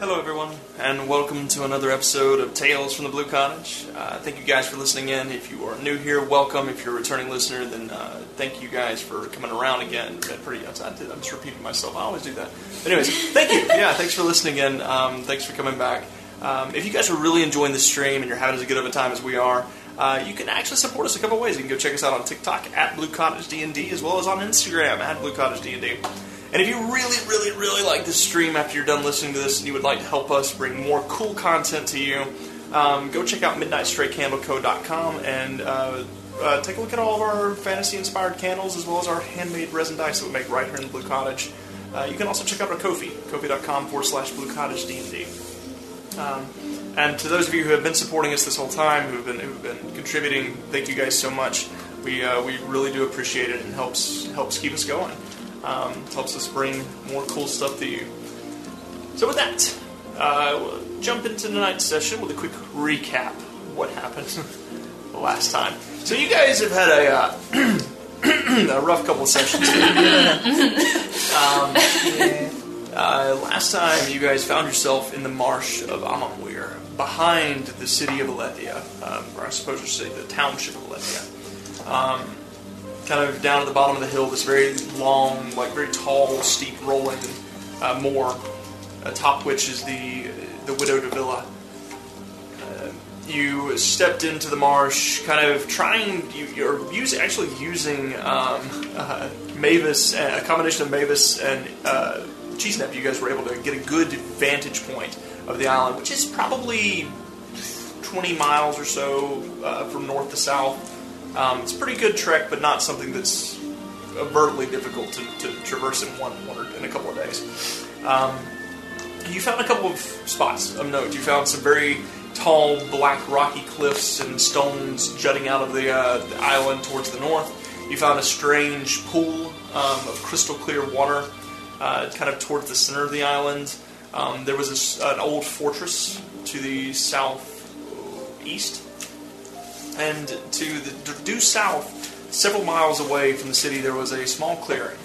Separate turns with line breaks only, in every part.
Hello, everyone, and welcome to another episode of Tales from the Blue Cottage. Uh, thank you guys for listening in. If you are new here, welcome. If you're a returning listener, then uh, thank you guys for coming around again. That pretty, I, I did, I'm just repeating myself. I always do that. But anyways, thank you. Yeah, thanks for listening in. Um, thanks for coming back. Um, if you guys are really enjoying the stream and you're having as good of a time as we are, uh, you can actually support us a couple ways. You can go check us out on TikTok at Blue Cottage D&D, as well as on Instagram at Blue Cottage D&D. And if you really, really, really like this stream after you're done listening to this and you would like to help us bring more cool content to you, um, go check out midnightstraycandleco.com and uh, uh, take a look at all of our fantasy inspired candles as well as our handmade resin dice that we make right here in the Blue Cottage. Uh, you can also check out our Kofi, kofi.com forward slash Blue Cottage D&D. Um, And to those of you who have been supporting us this whole time, who've been who've been contributing, thank you guys so much. We uh, we really do appreciate it, and helps helps keep us going. Um, it helps us bring more cool stuff to you. So with that, uh, we'll jump into tonight's session with a quick recap. of What happened the last time? So you guys have had a uh, a rough couple of sessions. Um, Uh, last time, you guys found yourself in the marsh of Amamweir, behind the city of Alethea, um, or I suppose you say the township of Alethea. Um, kind of down at the bottom of the hill, this very long, like very tall, steep, rolling uh, moor, atop which is the the widowed villa. Uh, You stepped into the marsh, kind of trying. You, you're using, actually using um, uh, Mavis, a combination of Mavis and uh, Cheesenap. You guys were able to get a good vantage point of the island, which is probably 20 miles or so uh, from north to south. Um, it's a pretty good trek, but not something that's overtly difficult to, to traverse in one, one or in a couple of days. Um, you found a couple of spots of note. You found some very tall, black, rocky cliffs and stones jutting out of the, uh, the island towards the north. You found a strange pool um, of crystal clear water, uh, kind of towards the center of the island. Um, there was a s an old fortress to the southeast and to the d- due south, several miles away from the city, there was a small clearing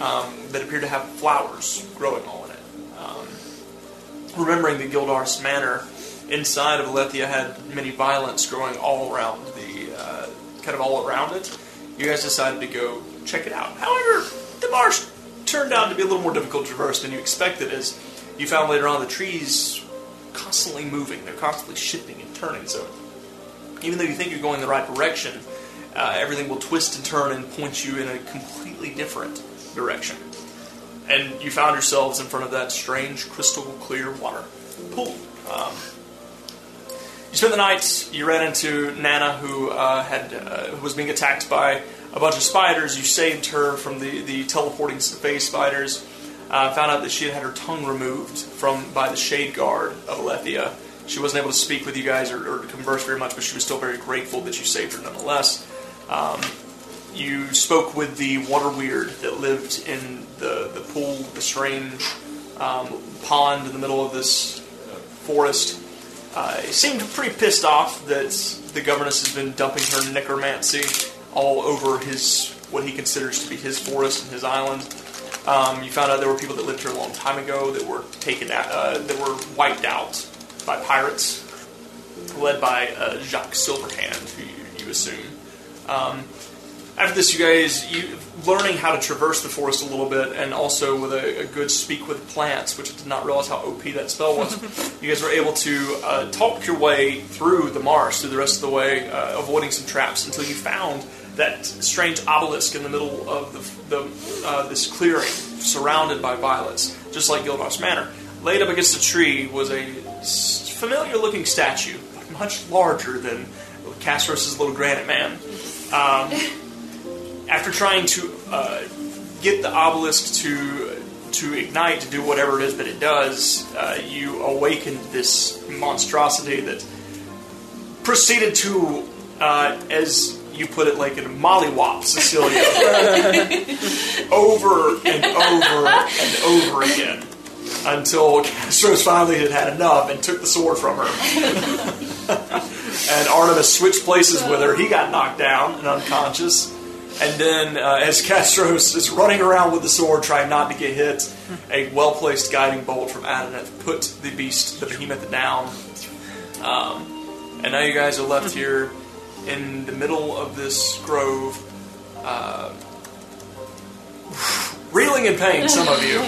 um, that appeared to have flowers growing all in it. Um, remembering that Gildar's manor inside of Alethea had many violets growing all around the uh, kind of all around it, you guys decided to go check it out. However, the marsh turned out to be a little more difficult to traverse than you expected, as you found later on the trees constantly moving, they're constantly shifting and turning, so even though you think you're going the right direction, uh, everything will twist and turn and point you in a completely different direction. And you found yourselves in front of that strange, crystal clear water pool. Um, you spent the night. You ran into Nana, who uh, had uh, who was being attacked by a bunch of spiders. You saved her from the the teleporting space spiders. Uh, found out that she had had her tongue removed from by the shade guard of Alethea. She wasn't able to speak with you guys or, or to converse very much, but she was still very grateful that you saved her nonetheless. Um, you spoke with the water weird that lived in the, the pool, the strange um, pond in the middle of this uh, forest uh, he seemed pretty pissed off that the governess has been dumping her necromancy all over his what he considers to be his forest and his island. Um, you found out there were people that lived here a long time ago that were taken out, uh, that were wiped out by pirates, led by uh, Jacques Silverhand, who you, you assume. Um, after this, you guys you learning how to traverse the forest a little bit, and also with a, a good speak with plants, which I did not realize how OP that spell was. you guys were able to uh, talk your way through the marsh, through the rest of the way, uh, avoiding some traps until you found that strange obelisk in the middle of the, the uh, this clearing, surrounded by violets, just like Gildar's Manor. Laid up against a tree was a s- familiar-looking statue, but much larger than Castor's little granite man after trying to uh, get the obelisk to to ignite to do whatever it is that it does, uh, you awakened this monstrosity that proceeded to, uh, as you put it, like in mollywop Cecilia, over and over and over again, until Castro's finally had had enough and took the sword from her and Artemis switched places with her. He got knocked down and unconscious. And then, uh, as Castros is running around with the sword, trying not to get hit, a well placed guiding bolt from Adoneth put the beast, the behemoth, down. Um, and now you guys are left here in the middle of this grove, uh, reeling in pain, some of you.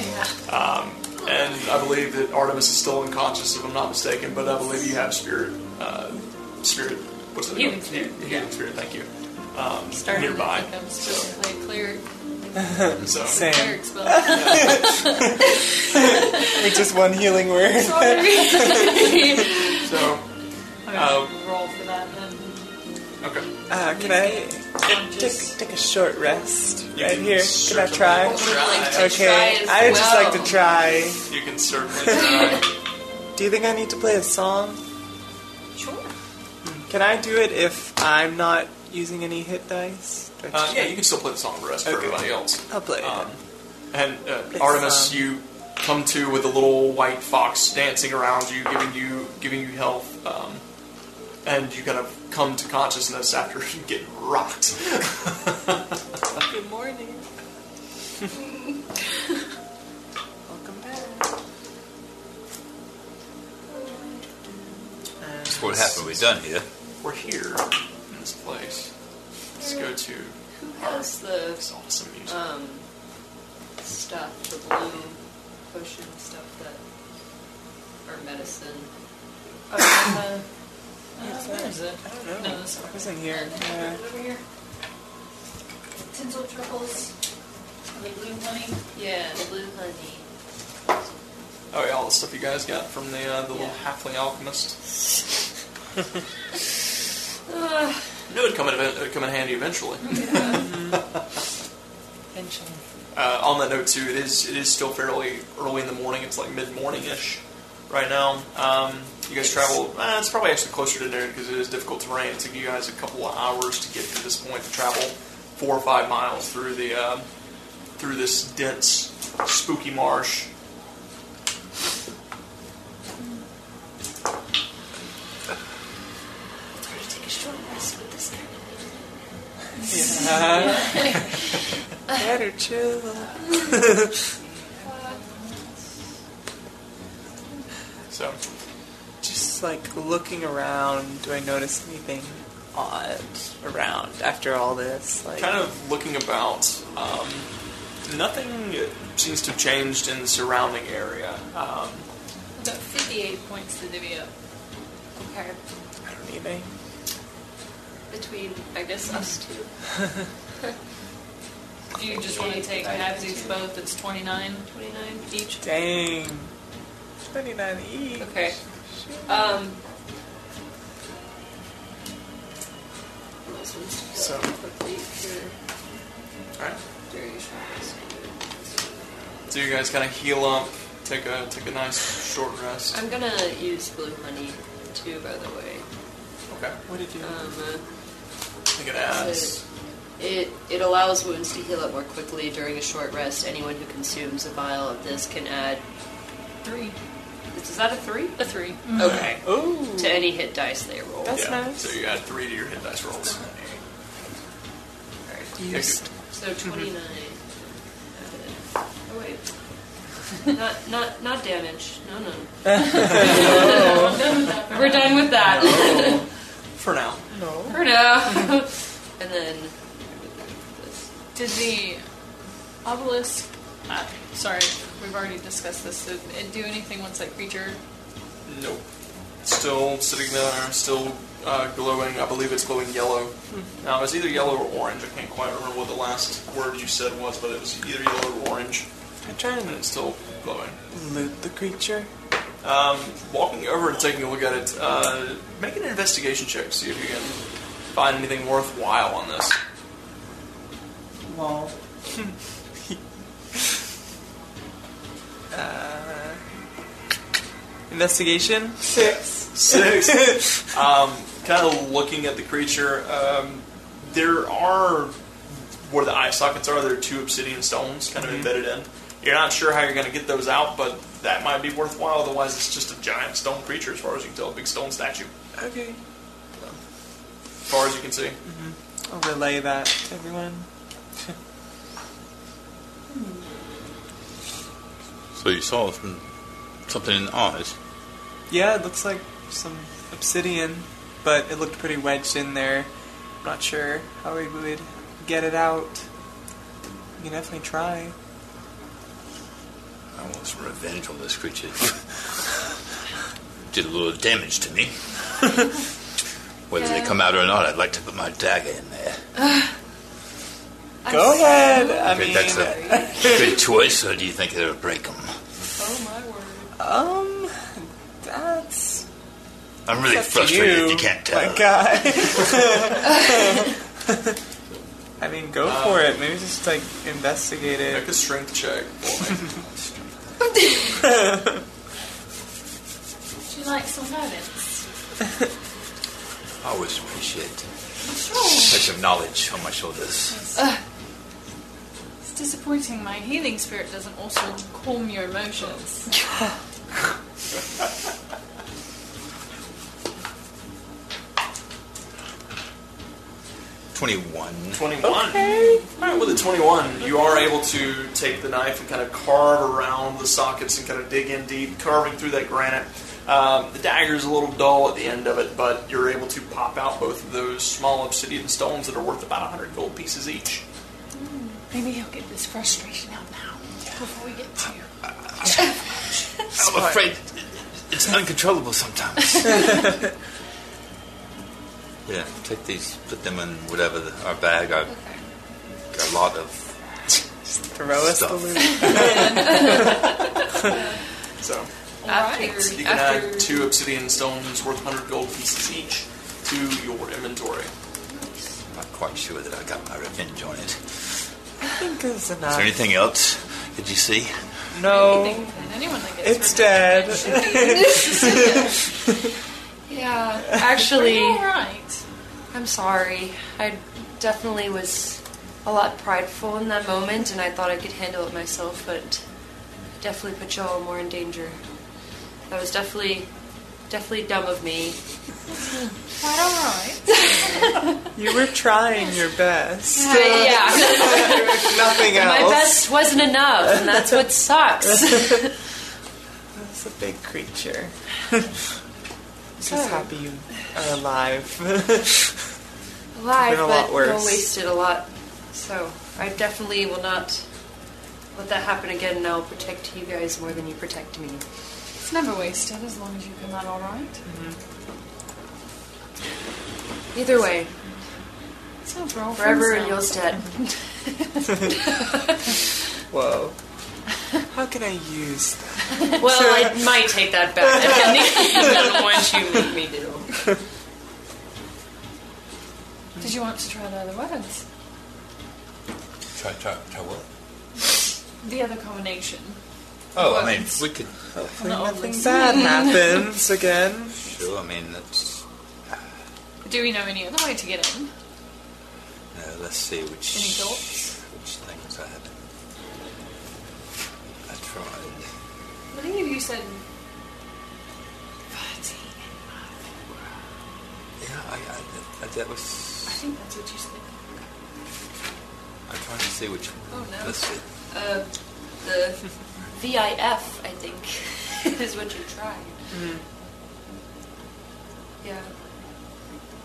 And I believe that Artemis is still unconscious, if I'm not mistaken. But I believe you have spirit, uh, spirit. What's it?
Human
called?
spirit,
Human
yeah.
spirit. Thank you. Um,
Starting
nearby.
to think I'm still like cleric,
So
Same.
cleric spell.
It's just one healing word.
Sorry.
so
Um,
I'm gonna roll for that then.
okay.
Uh, can I take,
Conscious.
take a short rest
You
right
can
here? Can I
certainly
try?
Would like to
Okay,
try as
I would just like
well.
to try.
You can certainly try.
Do you think I need to play a song?
Sure.
Can I do it if I'm not using any hit dice? Do I
uh,
just-
yeah, you can still play the song for us for
Okay.
everybody else.
I'll play it.
Um, and uh,
It's,
Artemis,
um,
you come to with a little white fox dancing around you, giving you giving you health, um, and you kind of come to consciousness after you get rocked.
Good morning.
Welcome back.
That's what happened. We're done here.
We're here in this place. Let's go to
Who has the
this awesome music.
um, stuff, the blue potion stuff that, or medicine? Oh, uh, uh, where is it?
I don't know.
No, this
I
one.
wasn't here. Yeah.
Over here.
Tinsel truffles, the blue honey.
Yeah, the blue honey.
Oh yeah, all the stuff you guys got from the uh, the little
Yeah.
halfling alchemist.
Uh,
No, it'd come in it'd come in handy eventually.
Eventually.
Uh, on that note too, it is it is still fairly early in the morning. It's like mid morning ish right now. Um, you guys travel. Uh, it's probably actually closer to noon because it is difficult terrain. It took you guys a couple of hours to get to this point to travel four or five miles through the um through this dense, spooky marsh.
I'm going to take a short rest with this guy.
yeah. Better chill.
So
Just like looking around, do I notice anything odd around after all this? Like,
kind of looking about, um, nothing seems to have changed in the surrounding area. Um,
I've got 58 points to divvy up. Okay.
I don't need any.
Between, I guess, us two. If you just want to take Nabsy's both, it's 29, 29 each.
Dang. 29 each.
Okay. Um. This one's
So-
complete for
all right.
duration.
So you guys kind of heal up, take a take a nice short rest.
I'm gonna use blue honey too, by the way.
Okay.
What did you?
Um, uh,
Take an ass.
It, it allows wounds to heal up more quickly during a short rest. Anyone who consumes a vial of this can add three. Is that a three? A 3 Okay.
Ooh.
To any hit dice they roll.
That's
yeah.
nice.
So you add three to your hit dice rolls.
Used.
So twenty nine. Oh wait. not not not damage. No no. We're done with that
Oh, for now.
No.
for now. and then.
Did the obelisk? Uh, sorry, we've already discussed this. Did it do anything once that creature?
Nope. Still sitting there, still uh, glowing. I believe it's glowing yellow. Now it's either yellow or orange. I can't quite remember what the last word you said was, but it was either yellow or orange,
I'm trying
and it's still glowing.
to loot the creature.
Um, walking over and taking a look at it, uh, make an investigation check. See if you can find anything worthwhile on this.
Lol. uh, investigation? Six.
Six. um, kind of looking at the creature, um, there are where the eye sockets are. There are two obsidian stones kind of embedded in. You're not sure how you're going to get those out, but that might be worthwhile. Otherwise, it's just a giant stone creature, as far as you can tell, a big stone statue,
Okay.
as far as you can see.
I'll relay that to everyone.
So you saw some, something in the eyes.
Yeah, it looks like some obsidian, but it looked pretty wedged in there. I'm not sure how we would get it out. You can definitely try.
I want some revenge on this creature. Did a little damage to me. Whether they
Yeah.
come out or not, I'd like to put my dagger in there.
Go ahead. I
Okay,
mean,
that's a good choice, or do you think it'll break them?
Oh my word.
um, that's
I'm really
It's up to
frustrated
you.
you can't tell.
My God. I mean, go for it. Maybe just like investigate
Make
it.
a strength check.
Would you like some guidance?
I always appreciate touch of knowledge on my shoulders.
It's disappointing my healing spirit doesn't also calm your emotions.
Twenty-one.
21. All right, with a 21, you are able to take the knife and kind of carve around the sockets and kind of dig in deep, carving through that granite. Um, the dagger is a little dull at the end of it, but you're able to pop out both of those small obsidian stones that are worth about 100 gold pieces each.
Maybe he'll get this frustration out now before we get to you.
I'm afraid it's uncontrollable sometimes. yeah, take these, put them in whatever the, our bag. Our, our lot of
Throw us the
Stuff.
loot.
So
After,
you can
after
add two obsidian stones worth 100 gold pieces each to your inventory.
Not quite sure that I got my revenge on it. Is
I think it's enough.
there anything else? Did you see?
no,
Anyone that gets
it's
rid
dead.
yeah,
of it.
actually,
All right.
I'm sorry. I definitely was a lot prideful in that moment, and I thought I could handle it myself, but definitely put y'all more in danger. That was definitely, definitely dumb of me.
Quite all right.
You were trying your best.
But yeah,
Nothing
my
else.
best wasn't enough, and that's what sucks.
It's a big creature. Just happy you are alive.
alive,
Been a lot
but
worse.
we're wasted a lot. So I definitely will not let that happen again, and I'll protect you guys more than you protect me.
It's never wasted as long as you come out all right.
Either way,
It's not for all
forever
friends
and
now.
you'll dead.
Whoa. How can I use that?
Well, I might take that back depending on what you make me do.
Did you want to try the other weapons?
Try, try, try what?
The other combination.
Oh, I mean,
Weapons.
we could.
From the old
Nothing
links.
bad happens again.
Sure, I mean, that's.
Do we know any other way to get in?
Uh, let's see which.
Any thoughts?
Which things I had. I tried.
I think if you said
Yeah, I, I, that, that
I
was.
think that's what you said.
I'm trying to see which one.
Oh, no.
Let's see.
Uh, the VIF, I think, is what you tried. Mm-hmm. Yeah.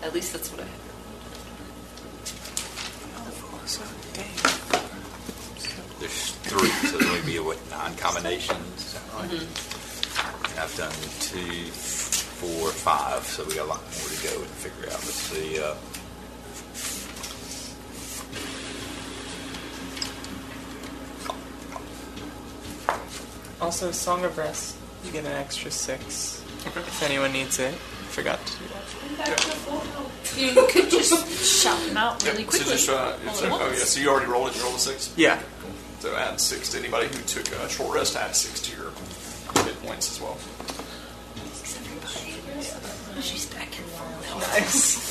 At least that's what I have.
There's three, so there may be what nine combinations. is that right? And I've done two, four, five, so we got a lot more to go and figure out. Let's see. Uh,
Also, Song of Rest. You get an extra six if anyone needs it. Forgot to do that.
You could just shout them out really
Yep, so
quickly.
just, uh,
all
so-
at
oh
once.
yeah, so you already rolled it. You rolled a six.
Yeah.
So add six to anybody who took a short rest. Add six to your hit points as well.
She's back in full health.
Nice.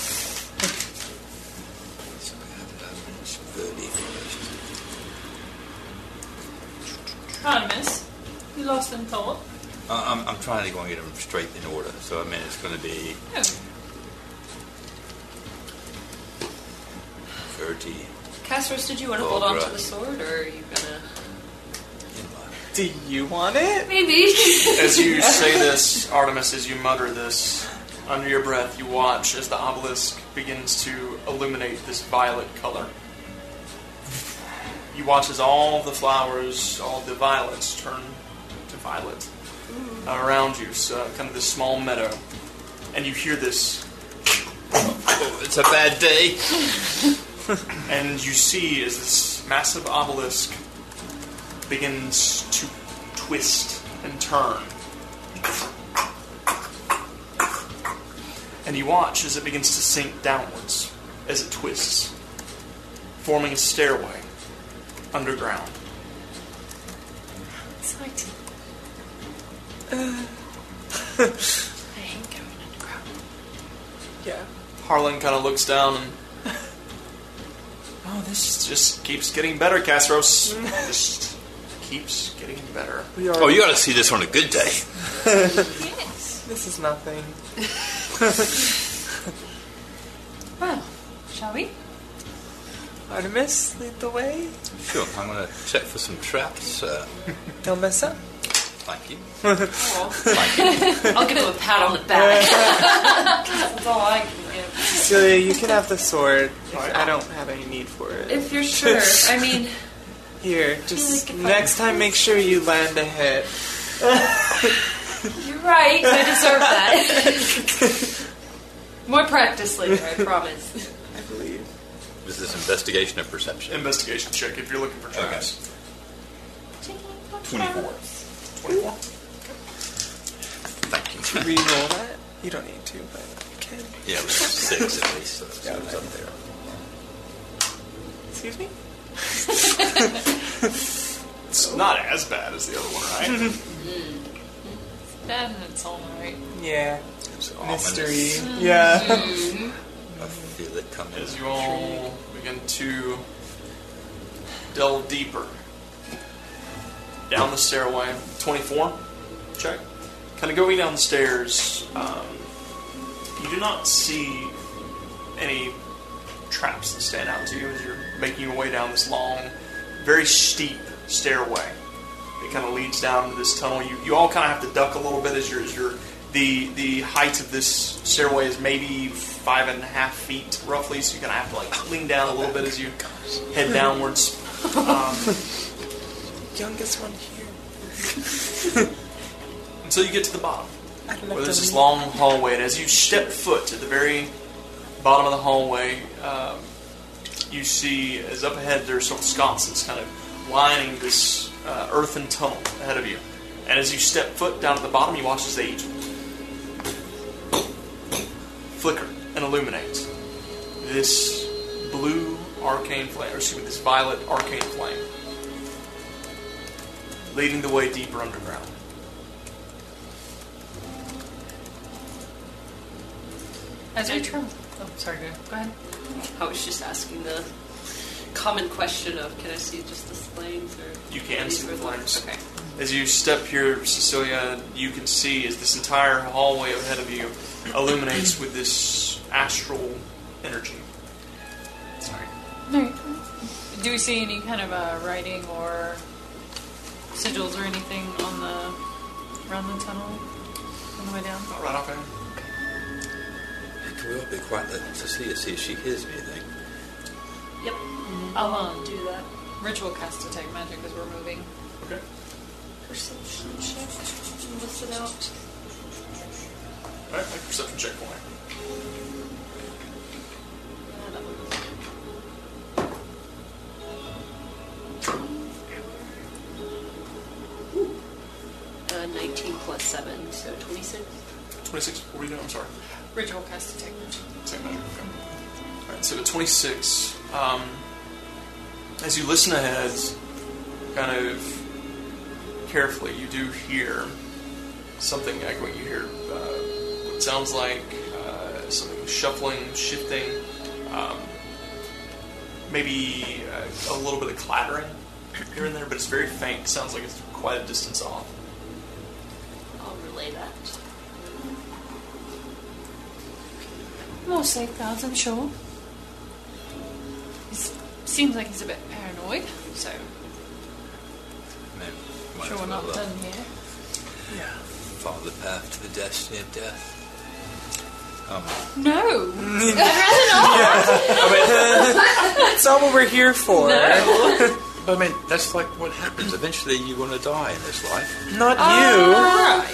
so we have, uh, some good information.
Anonymous, you lost in thought.
Uh, I'm, I'm trying to go and get them straight in order. So I mean, it's going to be
Oh,
thirty.
Casros, did you want to
Oh,
hold on to
right.
the sword, or are you gonna?
Do you want it?
Maybe.
As you say this, Artemis, as you mutter this under your breath, you watch as the obelisk begins to illuminate this violet color. You watch as all the flowers, all the violets, turn to violet around you, so kind of this small meadow. And you hear this
Oh, it's a bad day.
and you see as this massive obelisk begins to twist and turn. And you watch as it begins to sink downwards as it twists, forming a stairway underground.
Exciting. I hate going underground.
Yeah.
Harlan kind of looks down and. Oh, this just keeps getting better, Casros. just keeps getting better.
We are.
Oh, you ought to see this on a good day.
Yes.
This is nothing.
well, shall we?
Artemis, lead the way.
Sure, I'm going to check for some traps. Uh,
Don't mess up.
thank you.
Oh,
Thank you.
I'll give him a pat on the back. That's all I can give.
Celia, you can have the sword.
Alright.
I don't have any need for it.
If you're sure, I mean,
Here, just
like if I-
next time make sure you land a hit.
you're right. I deserve that. More practice later, I promise.
I believe.
This is investigation of perception.
Investigation check if you're looking for traps.
Checking for
24.
traps.
24.
Thank you.
Reroll that. You don't need to, but you can.
Yeah, it was six at least, so it's it was up there.
Excuse me?
It's not as bad as the other one, right?
Then it's all right.
Yeah.
It's
Mystery. Yeah.
ominous. I feel it coming.
as you all begin to delve deeper down the stairway, 24, check. Kind of going down the stairs, um, you do not see any traps that stand out to you as you're making your way down this long, very steep stairway. It kind of leads down into this tunnel. You, you all kind of have to duck a little bit as you're, as you're the the height of this stairway is maybe five and a half feet roughly, so you're gonna have to like lean down a little bit as you head downwards. Um,
Youngest one here.
until you get to the bottom.
I don't
Well,
have
there's
to
this
lead.
long hallway, and as you step foot to the very bottom of the hallway, um, you see as up ahead there's some sconces kind of lining this uh, earthen tunnel ahead of you. And as you step foot down at the bottom, you watch as they each flicker and illuminate this blue arcane flame, or excuse me, this violet arcane flame, leading the way deeper underground.
As we turn. Oh, sorry. Go go ahead.
I was just asking the common question of, can I see just the flames or?
You can see the flames.
Okay.
As you step here, Cecilia, you can see as this entire hallway ahead of you illuminates with this astral energy.
Sorry.
Do we see any kind of uh, writing or sigils or anything on the around the tunnel on the way down?
All right, okay.
It will be quite the Cecilia, see if she hears me, I think.
Yep. I'll um, do that. Ritual cast detect magic as we're moving.
Okay.
Perception check. List it out.
All right, make a perception check for me.
Uh, 19 plus 7, so 26.
26, what were you doing? I'm sorry.
Ritual cast detect magic.
Same measure, okay. All right, so the 26. Um, as you listen ahead, kind of carefully, you do hear something echoing. You hear uh, what sounds like uh, something shuffling, shifting, um, maybe uh, a little bit of clattering here and there, but it's very faint. sounds like it's quite a distance off.
I'll relay that.
Mostly clouds, I'm sure. It's seems like he's a bit paranoid, so
And then
I'm
might
sure
as
we're
well,
not
uh,
done here.
Yeah.
Follow the path to the destiny of death. Um,
No,
That's not what we're here for.
but I mean, that's like what happens. Eventually, you're going to die in this life.
Not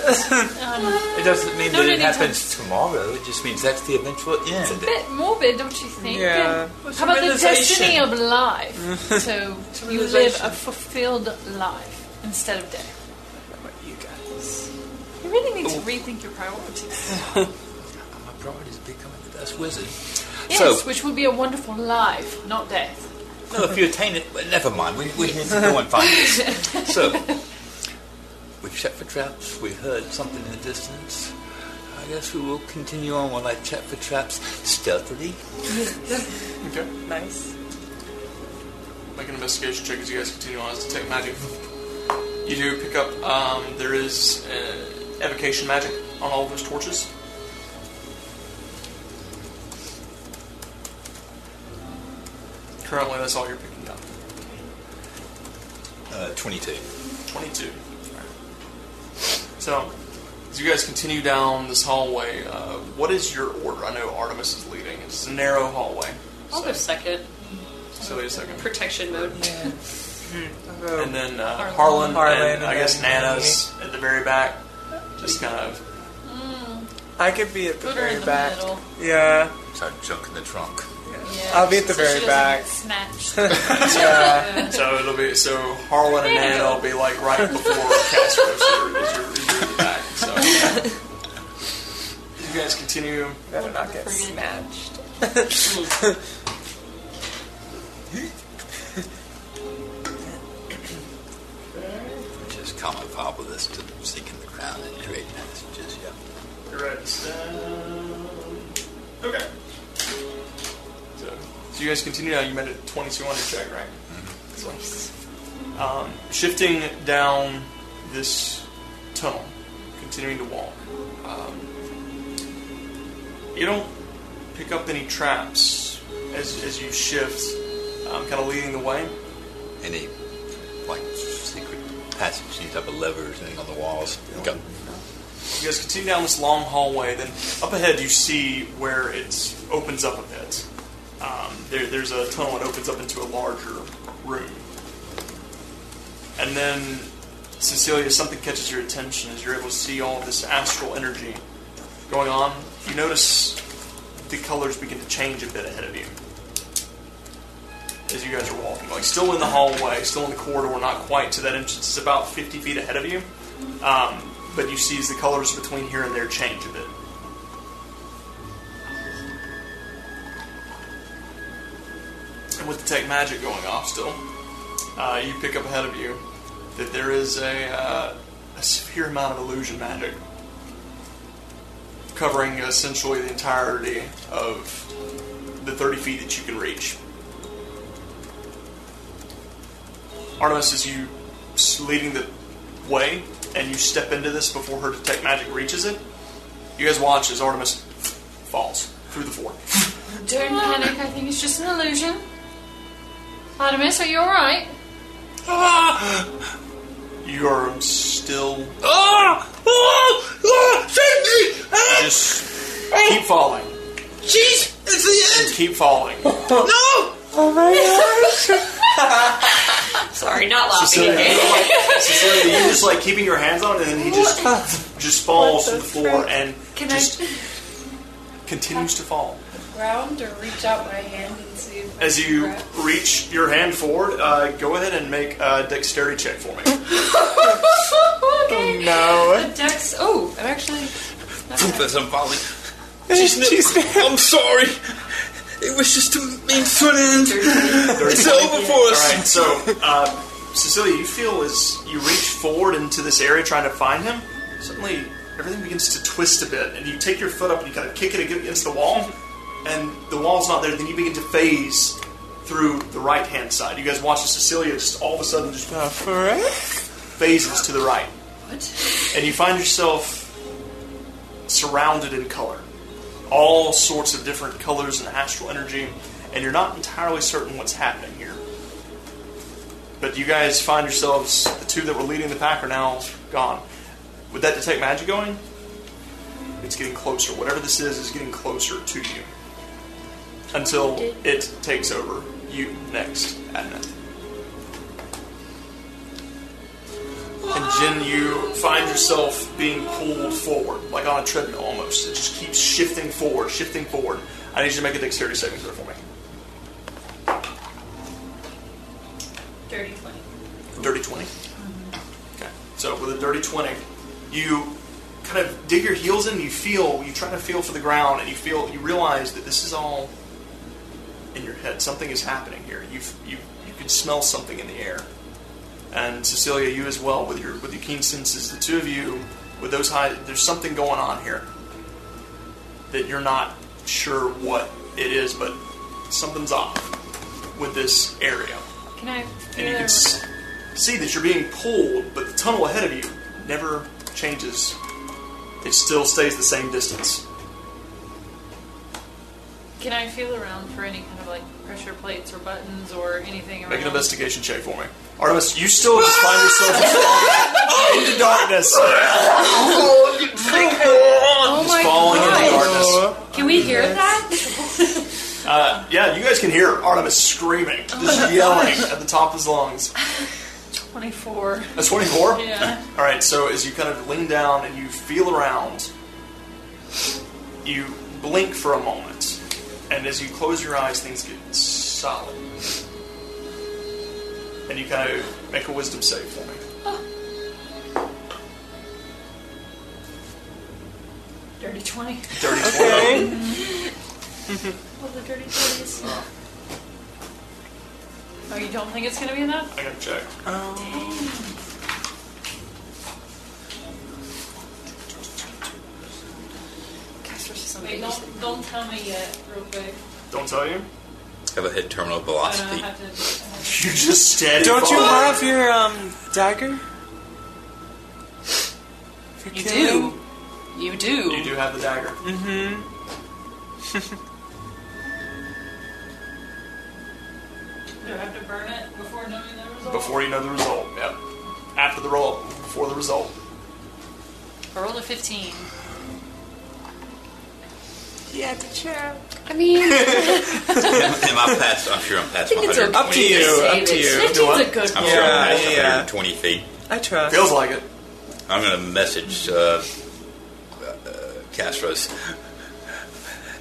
It doesn't mean
Not
that it
anytime.
happens tomorrow. It just means that's the eventual
it's a
end.
bit morbid, don't you think?
Yeah.
How about the
Civilization.
destiny of life? so you live a fulfilled life instead of death.
you. You guys.
You really need to rethink your priorities.
My priority is becoming the best wizard.
Yes,
So-
which would be a wonderful life, not death.
No, if you attain it, but never mind. We, we need to go and find this. So, we've checked for traps. We heard something in the distance. I guess we will continue on while I check for traps stealthily.
Okay.
Nice.
Make an investigation check as you guys continue on as detect magic. You do pick up. Um, there is uh, evocation magic on all of those torches. Currently, that's all you're picking up.
Uh, 22.
22. So, as you guys continue down this hallway, uh, what is your order? I know Artemis is leading. It's a narrow hallway.
I'll go second.
So wait a second.
Protection mode.
And then uh, Harlan,
Harlan
and,
and
I guess
then
Nana's at the very back. Just kind of.
I could be at the
Put her
very
in the
back.
middle.
Yeah.
So, junk in the trunk.
Yeah,
I'll be at the
so
very
she doesn't
back.
get Snatched.
Yeah.
So it'll be so Harlan and Nana will be like right before Castro is your, is your, is your back. So you guys continue.
Better not get snatched.
Just common pop with us to seeking the crown and create messages, yeah.
You're right. okay. So, so you guys continue now. You made a 2200 check, right? So, um, shifting down this tunnel, continuing to walk. Um, you don't pick up any traps as, as you shift, um, kind of leading the way.
Any, like, secret passage, any type of levers, anything on the walls? Got-
You guys continue down this long hallway, then up ahead you see where it opens up a bit. Um, there, there's a tunnel that opens up into a larger room. And then, Cecilia, something catches your attention as you're able to see all this astral energy going on. You notice the colors begin to change a bit ahead of you as you guys are walking. Like, still in the hallway, still in the corridor, not quite to that entrance. It's about 50 feet ahead of you. Um, but you see as the colors between here and there change a bit. And with the tech magic going off still, uh, you pick up ahead of you that there is a, uh, a severe amount of illusion magic covering uh, essentially the entirety of the 30 feet that you can reach. Artemis, as you s- leading the way and you step into this before her detect magic reaches it, you guys watch as Artemis falls through the floor.
Don't panic. I think it's just an illusion. Artemis, are you all right?
Ah! You are still
Ah! Ah! Ah! Save me! Ah!
just keep falling,
Jeez! It's the
keep falling.
end! No!
Sorry, not laughing
Cecilia,
again.
you're like, Cecilia, you're just like keeping your hands on, it, and then he just just falls through the floor and
Can I-
just continues to fall.
Ground or reach out my hand and see if I
As
can
you
grab-
reach your hand forward, uh, go ahead and make a dexterity check for me.
Oh,
okay.
No.
The dex. Oh, I'm actually.
That's unfollowing.
She's
I'm sorry. It was just a means to an end. It's over for
All right, so uh, Cecilia, you feel as you reach forward into this area trying to find him, suddenly everything begins to twist a bit, and you take your foot up and you kind of kick it against the wall, and the wall's not there. Then you begin to phase through the right hand side. You guys watch as Cecilia just all of a sudden just
not for it.
phases to the right,
What?
and you find yourself surrounded in color, all sorts of different colors and astral energy, and you're not entirely certain what's happening here. But you guys find yourselves, the two that were leading the pack are now gone. Would that detect magic going? It's getting closer. Whatever this is, is getting closer to you. Until it takes over. You next, Adnet. And Jen, you find yourself being pulled forward, like on a treadmill almost. It just keeps shifting forward, shifting forward. I need you to make a dexterity saving throw for me.
Dirty twenty.
Dirty 20. Okay. So with a dirty 20, you kind of dig your heels in, you feel, you try to feel for the ground, and you feel, you realize that this is all in your head. Something is happening here. You've, you, you can smell something in the air. And Cecilia, you as well, with your, with your keen senses, the two of you, with those high, there's something going on here that you're not sure what it is, but something's off with this area
Can I
and
feel
you
the-
can s- see that you're being pulled, but the tunnel ahead of you never changes. It still stays the same distance.
Can I feel around for any kind of like pressure plates or buttons or anything around?
Make an investigation check for me. Artemis, you still just find yourself in the darkness.
Oh
Just falling into darkness.
Can we hear that?
Uh, yeah, you guys can hear Artemis screaming, just yelling at the top of his lungs.
Twenty-four.
That's 24?
Yeah.
All right, so as you kind of lean down and you feel around, you blink for a moment, and as you close your eyes, things get solid. And you kind of make a wisdom save for me.
Dirty twenty.
Dirty
Okay.
20.
Love the dirty twenties. Oh, you don't think it's gonna be enough?
I gotta check.
Um,
Wait, don't don't tell me yet, real quick.
Don't tell you.
Have a hit terminal
I don't
velocity.
have to. I have
You just steady.
don't you
follow.
have your um dagger? For
to- You
killing?
do. You do.
You do have the dagger.
Do I have to burn it before knowing the result?
Before you know the result. Yep. After the roll, before the result.
I rolled a fifteen.
Yeah, the chair.
I mean,
am, am I past? I'm sure I'm past
it's
100.
okay.
Up to you. Up to you.
Do what?
a good
I'm
one.
sure I'm past
Yeah, yeah.
120 feet.
I trust.
Feels like it.
I'm going to message uh, uh, Castros.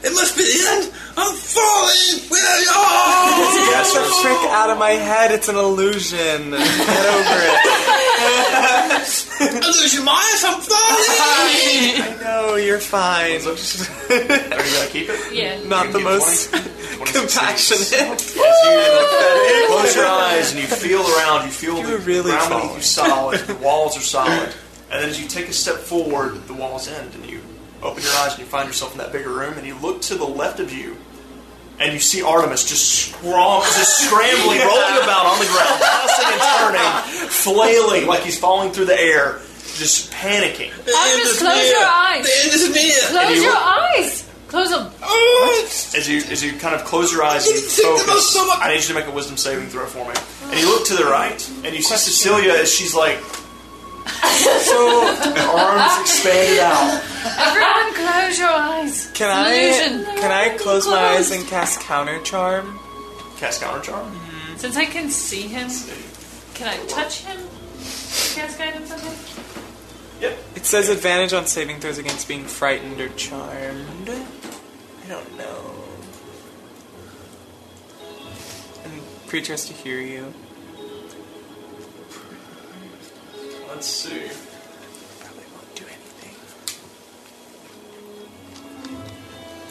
It must be the end. I'm falling. Where are you?
Get the frick out of my head. It's an illusion. Get over it.
I'm losing my ass. I'm falling.
I know, you're fine.
Are you gonna keep it?
Yeah.
Not the
Get
most
20? 26
compassionate.
As you close your eyes and you feel around, you feel
You
the
were really
ground beneath you
following.
solid, the walls are solid. And then as you take a step forward, the walls end, and you open your eyes and you find yourself in that bigger room, and you look to the left of you, and you see Artemis just scram- just scrambling, rolling about on the ground, tossing and turning, flailing like he's falling through the air, just panicking.
Artemis, close your eyes.
The end is near.
Close
you-
your eyes. Close them.
Oh, it's-
As you as you kind of close your eyes and you
It's taking my
focus,
stomach.
I need you to make a wisdom saving throw for me. And you look to the right, and you see Cecilia as she's like, so arms expanded out.
Everyone, close your eyes.
Can I
Illusion.
can I close my eyes and cast counter charm?
Cast counter charm.
Mm-hmm. Since I can see him, can I touch him? Cast guidance on him?
Yep.
It says advantage on saving throws against being frightened or charmed. I don't know. And creature has to hear you.
Let's see.
Probably won't do anything.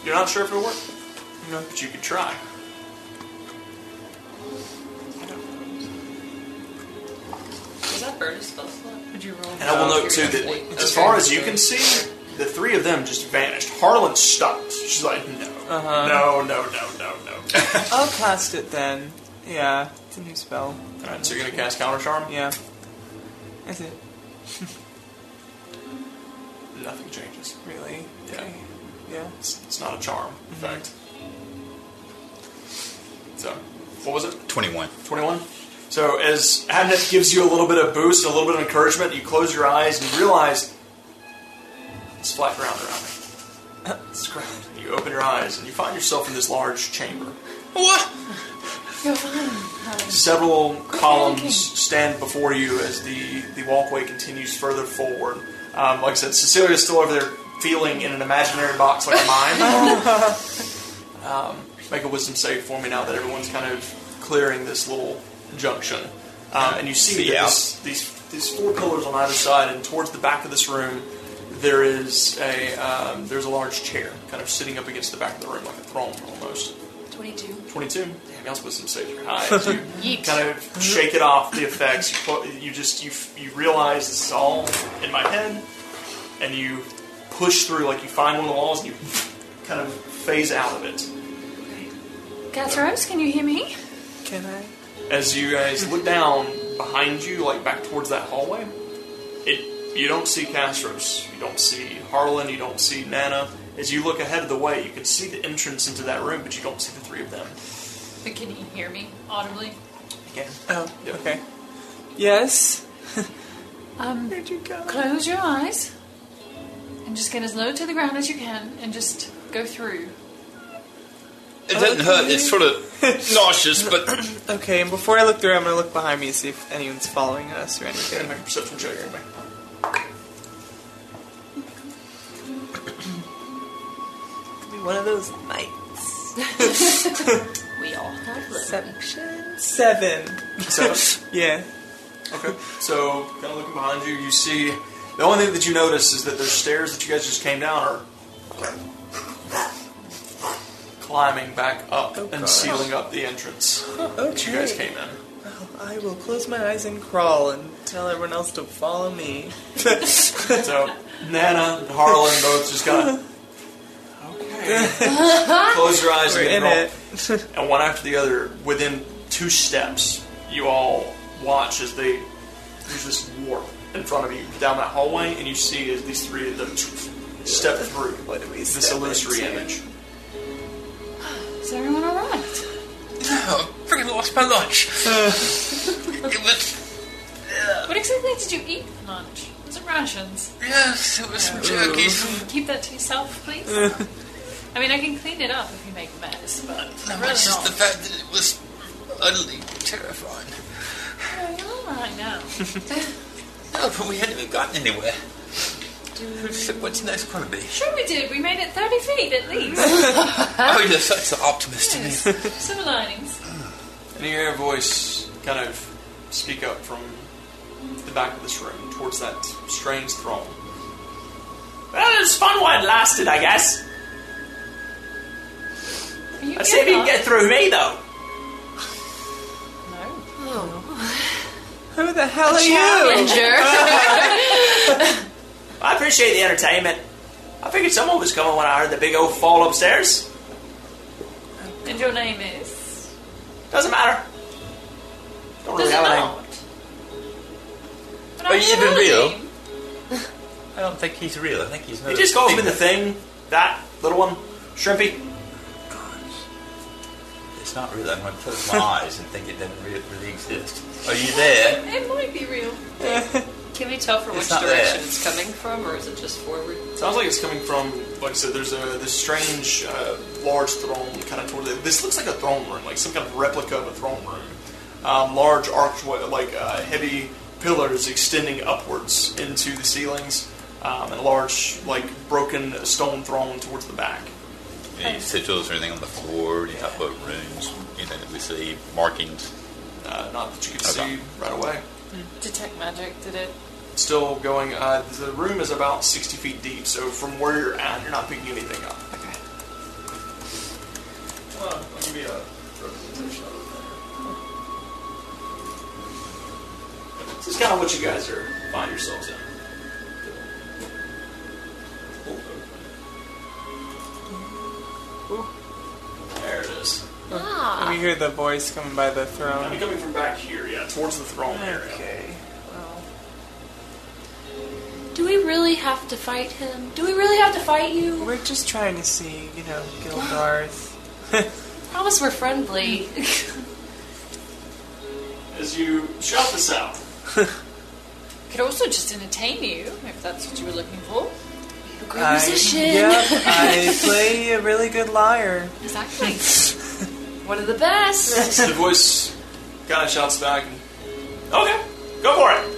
You're not sure if it'll work,
No,
but you could try.
I don't know.
Was that bird a spell slot? Would you roll?
And I will note too that as far as you can see, the three of them just vanished. Harlan stopped. She's like, no,
Uh-huh.
no, no, no, no, no.
I'll cast it then. Yeah, it's a new spell.
All right, so you're gonna cast counter charm.
Yeah. Is it
Nothing changes.
really?
Yeah.
Okay. Yeah.
It's, it's not a charm, in fact. So, what was it?
21.
21? So as Abnett gives you a little bit of boost, a little bit of encouragement, you close your eyes and you realize it's flat ground around me. It's ground. And you open your eyes and you find yourself in this large chamber.
What?
You're fine.
Several columns stand before you as the, the walkway continues further forward. Um, like I said, Cecilia's still over there feeling in an imaginary box like mine. um, make a wisdom save for me now that everyone's kind of clearing this little junction. Um, and you see
See
that
out.
this, these, these four pillars on either side, and towards the back of this room, there is a um, there's a large chair kind of sitting up against the back of the room like a throne almost.
22.
22. Damn, y'all's wisdom saves are high. As you
Yeet.
kind of shake it off the effects, you, put, you just you, f- you realize this is all in my head, and you push through like you find one of the walls and you kind of phase out of it.
Gas Rose, can you hear me?
Can I?
As you guys look down behind you, like back towards that hallway, it you don't see Castros, you don't see Harlan, you don't see Nana. As you look ahead of the way, you can see the entrance into that room, but you don't see the three of them.
But can you hear me audibly?
Again,
Oh,
Yeah.
okay. Yes.
Um,
Where'd you go?
close your eyes and just get as low to the ground as you can and just go through.
It doesn't hurt. It's sort of nauseous, but
Okay, and before I look through, I'm gonna look behind me to see if anyone's following us or anything.
and make a perception check for me.
Could be one of those nights.
We all have
Perception seven.
Seven.
Yeah.
Okay. So, kind of looking behind you, you see the only thing that you notice is that those stairs that you guys just came down are climbing back up
Oh,
and
gosh.
sealing up the entrance that
Okay.
you guys came in.
I will close my eyes and crawl and tell everyone else to follow me.
So, Nana and Harlan both just kind of. Okay. Close your eyes
We're
and
in
get
it.
roll. And one after the other, within two steps, you all watch as they. There's this warp in front of you down that hallway, and you see as these three of them step through
What do we
this
step
illusory
into?
image.
Is everyone alright?
I freaking lost my lunch. it was
What exactly did you eat for lunch? Was it rations?
yes, it was some jerky.
Can you keep that to yourself, please?
Uh.
I mean, I can clean it up if you make a mess, but
No,
rather
it's just
not.
the fact that it was utterly terrifying.
Oh, you're all right now.
No, but we hadn't even gotten anywhere. So What's next going to be?
Sure we did. We made it 30 feet at least.
Oh, you're such an optimist in me.
yes. Silver linings.
And you hear a voice kind of speak up from the back of this room towards that strange throne. Well, it was fun while it lasted, I guess.
Are you
Let's see if you can
good,
get through me, though.
Mark? No.
Oh.
Who the hell are you?
I appreciate the entertainment. I figured someone was coming when I heard the big old fall upstairs.
And your name is?
Doesn't matter. Don't really
Does it
have a Oh, name.
not? But
Are
I
you
have
even
a
real?
name.
I don't think he's real. I think he's.
He just calls me the thing. That little one, Shrimpy.
It's not real. I'm going to close my eyes and think it doesn't really, really exist. Are you there?
It might be real.
Can we tell from
It's
which
not there.
direction it's coming from, or is it just forward?
Sounds like it's coming from, like I said, there's a this strange uh, large throne kind of toward the, This looks like a throne room, like some kind of replica of a throne room. Um, large archway, like uh, heavy pillars extending upwards into the ceilings, um, and a large, like broken stone throne towards the back.
Any sigils or anything on the floor? Any type of runes? Anything that we see? Markings?
Uh, not that you can
Okay.
see right away.
Detect magic did it.
Still going. Uh, the room is about 60 feet deep, so from where you're at, you're not picking anything up.
Okay.
Well, I'll give you a representation of it. This is kind of what you guys are find yourselves in. There it is.
We hear the voice coming by the
I'm
throne.
coming from back here, yeah, towards the throne area.
Okay.
Do we really have to fight him? Do we really have to fight you?
We're just trying to see, you know, Gildarth.
promise we're friendly.
as you shout this out.
Could also just entertain you if that's what you were looking for.
Great
I,
musician.
yep, I play a really good liar.
Exactly.
One of the best.
So the voice kind of shouts back. And, okay, go for it.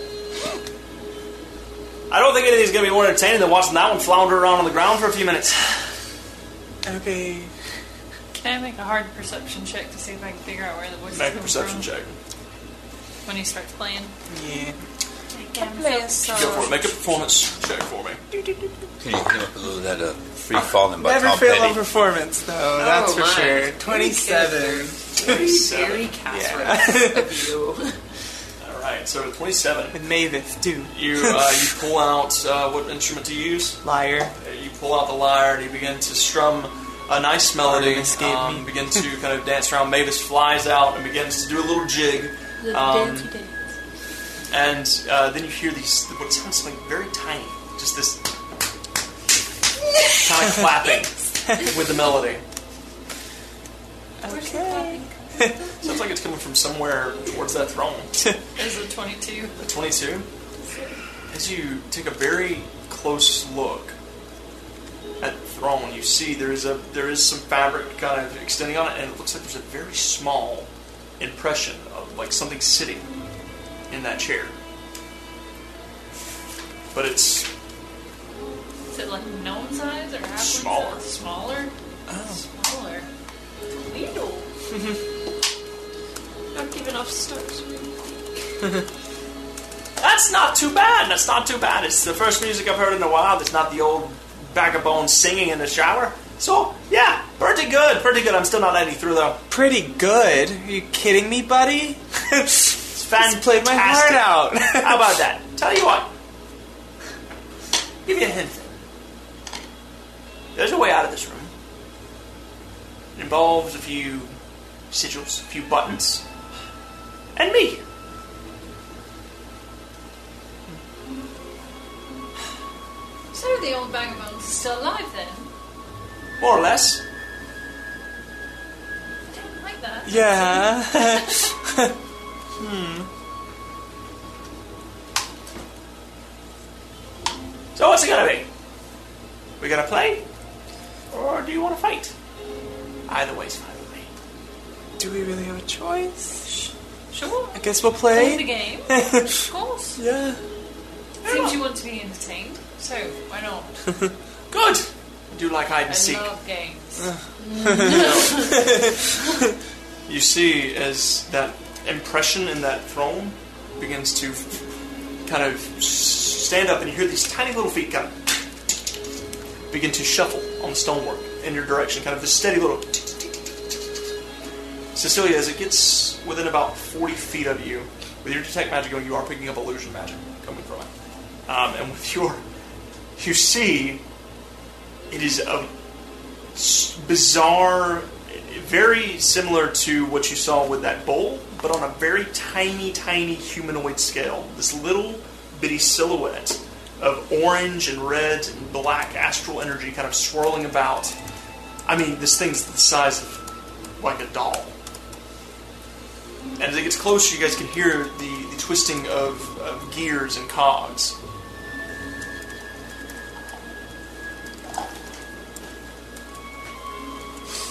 I don't think anything's gonna be more entertaining than watching that one flounder around on the ground for a few minutes.
Okay.
Can I make a hard perception check to see if I can figure out where the voice is
Make a
coming
perception
from
check.
when he starts playing?
Yeah.
Go for it. Make a performance check for me.
Can you clean up a little of that uh, free falling by
Never
Tom
fail
Petty?
on performance, though.
Oh,
that's for
my.
sure. Twenty-seven.
Very
Twenty-seven.
Casper of you.
All right. So with twenty-seven,
With Mavis, too.
you uh, you pull out uh, what instrument to use.
Liar.
Uh, You pull out the lyre and you begin to strum a nice melody.
Artem escaped
um,
me.
begin to kind of dance around. Mavis flies out and begins to do a little jig.
Little
Um,
dancey dance.
and uh, then you hear these what sounds something very tiny, just this kind of clapping with the melody.
Okay.
Sounds like it's coming from somewhere towards that throne.
Is it 22?
A 22. As you take a very close look at the throne, you see there is a there is some fabric kind of extending on it, and it looks like there's a very small impression of like something sitting in that chair. But it's
Is it like gnome size or half
Smaller. Oh.
Size? Smaller? Smaller. Little.
Not giving off stars.
That's not too bad. That's not too bad. It's the first music I've heard in a while. That's not the old bag of bones singing in the shower. So yeah, pretty good. Pretty good. I'm still not 93 though.
Pretty good. Are you kidding me, buddy?
It's fantastic.
Played my heart out.
How about that? Tell you what. Give you a hint. There's a way out of this room. It involves a few sigils, a few buttons, and me.
So the old vagabond's still alive then?
More or less.
I don't like that.
yeah.
So what's it gonna be? We gonna play? Or do you wanna fight? Either way's fine with me.
Do we really have a choice?
Sure.
I guess we'll
Play the
play.
game. Of course.
yeah.
Seems you want to be entertained, so why not?
Good! I do like hide
I
and seek.
love games.
You see as that impression in that throne begins to kind of s- stand up and you hear these tiny little feet kind of begin to shuffle on the stonework in your direction, kind of this steady little Cecilia, as it gets within about 40 feet of you, with your detect magic going, you are picking up illusion magic coming from it. Um, and with your, you see, it is a s- bizarre, very similar to what you saw with that bowl, but on a very tiny, tiny humanoid scale. This little bitty silhouette of orange and red and black astral energy kind of swirling about. I mean, this thing's the size of like a doll. And as it gets closer, you guys can hear the, the twisting of, of gears and cogs.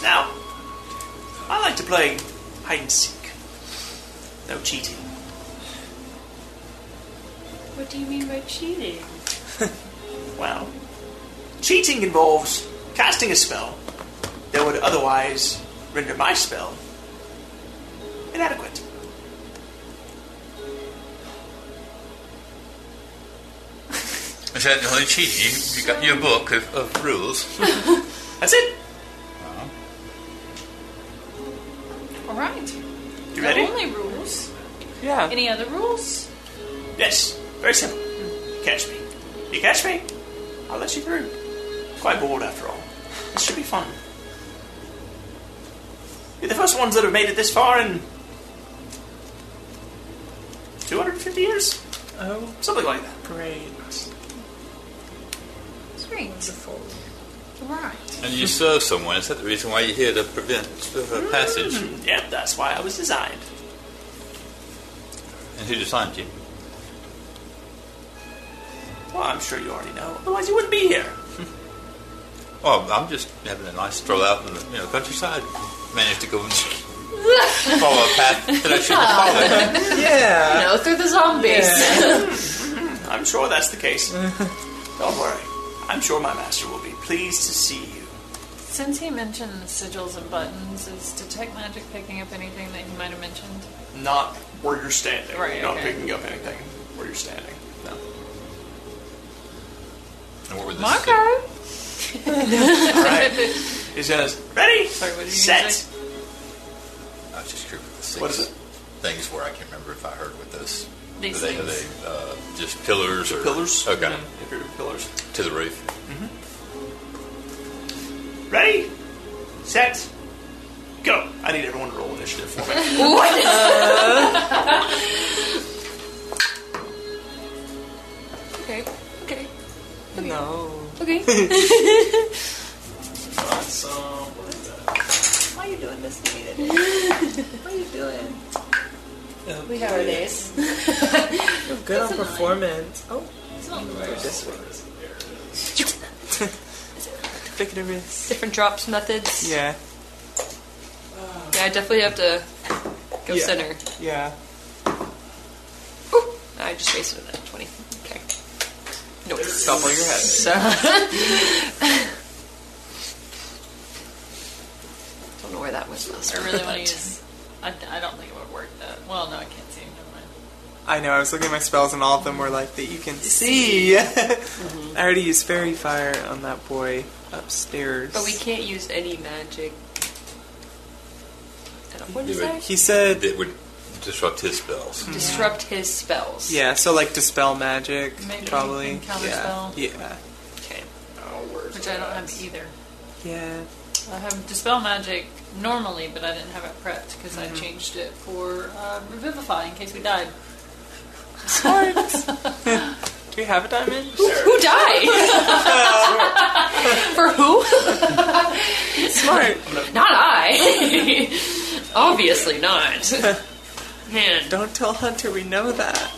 Now, I like to play hide and seek. No cheating.
What do you mean by cheating?
Well, cheating involves casting a spell that would otherwise render my spell inadequate.
Is that the only cheating? You, you got your book of, of rules.
That's it.
Alright.
You ready?
Only rules.
Yeah.
Any other rules?
Yes. Very simple. Catch me. You catch me, I'll let you through. Quite bored after all. This should be fun. You're the first ones that have made it this far in 250 years?
Oh,
Something like that.
great.
Three. Wonderful. Alright.
And you serve someone. Is that the reason why you're
Mm.
here to prevent uh, passage?
Yep, that's why I was designed.
And who's assigned you?
Well, I'm sure you already know. Otherwise, you wouldn't be here.
Oh, I'm just having a nice stroll out in the you know, countryside. Managed to go and follow a path that I shouldn't have followed.
Yeah.
No, through the zombies.
I'm sure that's the case. Don't worry. I'm sure my master will be pleased to see you.
Since he mentioned the sigils and buttons, is detect magic picking up anything that he might have mentioned?
Not where you're standing.
Right,
You're not
okay.
picking up anything where you're standing. No.
And what were the
Marco.
All right. He says, ready,
Sorry, what did you
set.
say?
I was just curious with the six
What is it?
things were. I can't remember if I heard what those.
These
are they, are
things.
they uh, just pillars or
Pillars.
Okay,
Mhm, If you're pillars.
to the roof.
Ready, set, go. I need everyone to roll initiative for me.
Okay. Okay.
No.
Okay.
That's, um, what is that?
Why are you doing this to me today? What are you doing?
we have our days.
Good on performance. Oh,
It's not the worst.
this one. Flick the wrist.
Different drops methods.
Yeah.
Yeah, I definitely have to go
Yeah.
center.
Yeah.
Ooh, I just wasted that 20. Okay. No,
Double your head.
So. Don't know where that was last
I really want to
but-
use. I, I don't think it would work that. Well, no, I can't see. Never mind.
I know. I was looking at my spells, and all of them were like that. You can see.
Mm-hmm.
I already used fairy fire on that boy upstairs.
But we can't use any magic. I don't- What is
Yeah,
that?
He said,
That would disrupt his spells.
Disrupt his spells.
yeah. So like dispel magic,
Maybe
probably.
counterspell.
Yeah. Yeah.
Okay.
Oh,
Which I don't have either.
Yeah.
I have dispel magic normally, but I didn't have it prepped because
Mm-hmm.
I changed it for uh, revivify in case we died.
Do we have a diamond?
Who died? For who? Smart. Not I. Obviously not. Man.
Don't tell Hunter we know that.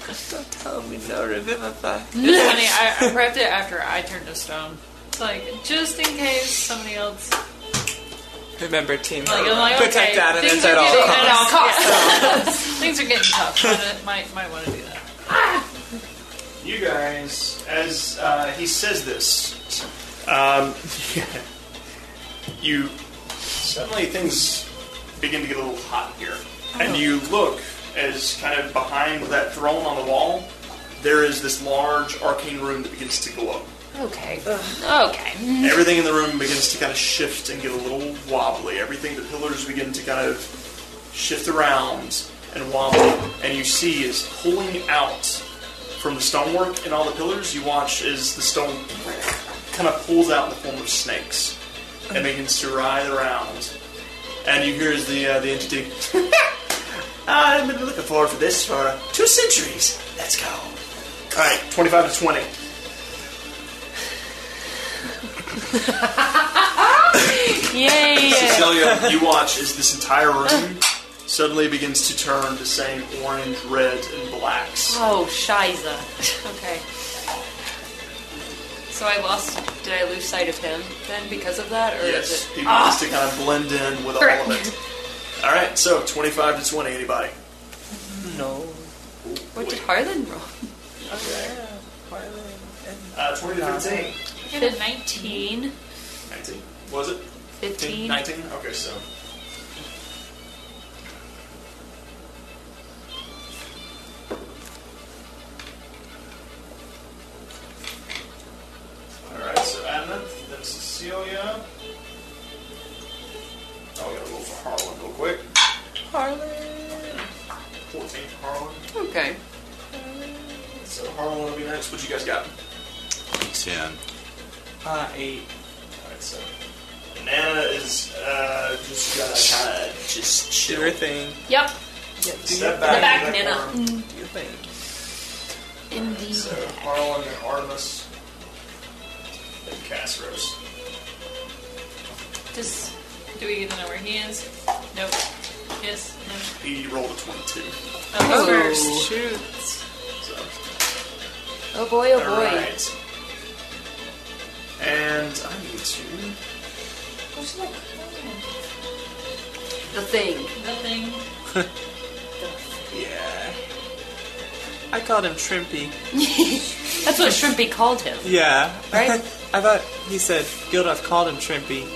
Don't tell him we know Revivify.
It's funny. I, I prepped it after I turned to stone. It's like just in case somebody else.
Remember, team.
Like, I'm like,
Protect
okay,
that and
things
it's
are
at all
getting-
costs.
at all costs. Yeah. things are getting tough. But might might want to do that.
You guys, as uh, he says this, um, you suddenly things begin to get a little hot here,
Oh.
and you look as kind of behind that throne on the wall. There is this large arcane room that begins to glow.
Okay. Okay.
Everything in the room begins to kind of shift and get a little wobbly. Everything, the pillars begin to kind of shift around and wobble. And you see is pulling out from the stonework and all the pillars. You watch as the stone kind of pulls out in the form of snakes and begins to writhe around. And you hear as the uh, the entity. "Ah, I've been looking forward for this for two centuries. Let's go. All right, twenty-five to twenty.
Yay.
Cecilia, you watch as this entire room suddenly begins to turn the same orange, red, and blacks.
Oh, Shiza. Okay. So I lost. Did I lose sight of him then because of that, or
Yes,
is
he
it?
begins to kind of blend in with all
frick.
of it. All right, so 25 to 20, anybody?
No.
What did Harlan roll?
Uh, 20 to 15.
I got a nineteen.
19. Was it?
15.
19? Okay, so. Alright, so Adnith, then Cecilia. Oh, we gotta roll for Harlan real quick. Harlan! 14 for Harlan.
Okay.
So Harlan will be next. What you guys got?
Ten.
Uh, eight.
Alright, so. Nana is uh, just gotta kinda just
Do
chill.
your thing.
Yep.
Step
In the
back,
back, Nana. Mm.
corner.
Do your thing.
Indeed.
So Harlan and Artemis and Casros.
Does do we get to know where he is? Nope. kiss? No.
He rolled a 22.
Oh,
First
first.
shoot.
So,
Oh boy, oh
all
boy.
right. And I need to.
What's my card?
The thing.
Nothing.
Yeah.
I called him Shrimpy.
That's what Shrimpy called him.
Yeah.
Right?
I thought he said Gildorf called him Shrimpy.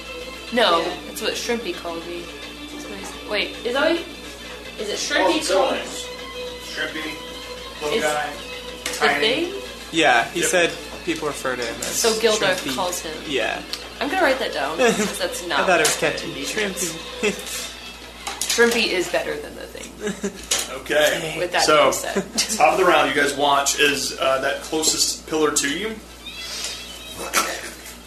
No,
Yeah.
that's what Shrimpy called me. That's what he's- Wait, is that what he- Is it Shrimpy
All
called
the villains. Oh, Shrimpy, little
Is-
guy,
the
tiny.
thing?
Yeah, he
Yep.
said people refer to him as
So Gildorf
Shrimpy.
calls him.
Yeah.
I'm gonna write that down because that's
I
not.
thought it was Captain
what it is.
Shrimpy.
Shrimpy is better than the thing.
Okay.
With that
so,
being said,
top of the round, you guys watch as uh, that closest pillar to you,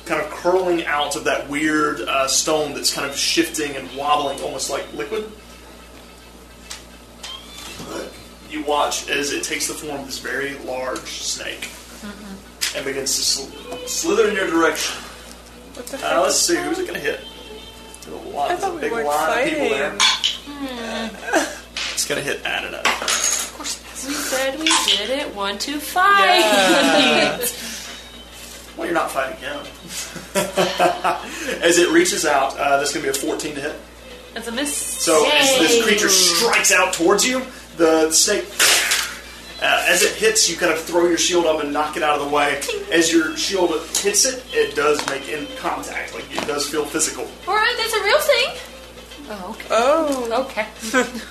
kind of curling out of that weird uh, stone that's kind of shifting and wobbling, almost like liquid. You watch as it takes the form of this very large snake
Mm-hmm.
and begins to sl- slither in your direction.
what the
Oh.
Uh, let's see, who's it going to hit? There's a lot-
I
there's a
thought we
big
were
line of people
fighting. Hmm.
there. It's going to hit Adina.
we said we did it. One, two, five.
Well, you're not fighting him. As it reaches out, uh, that's going to be a 14 to hit.
That's a miss.
So as this
Yay.
creature strikes out towards you, the snake. Uh, as it hits, you kind of throw your shield up and knock it out of the way. As your shield hits it, it does make in contact. Like it does feel physical.
Alright, that's a real thing.
Oh, okay.
Oh,
Okay.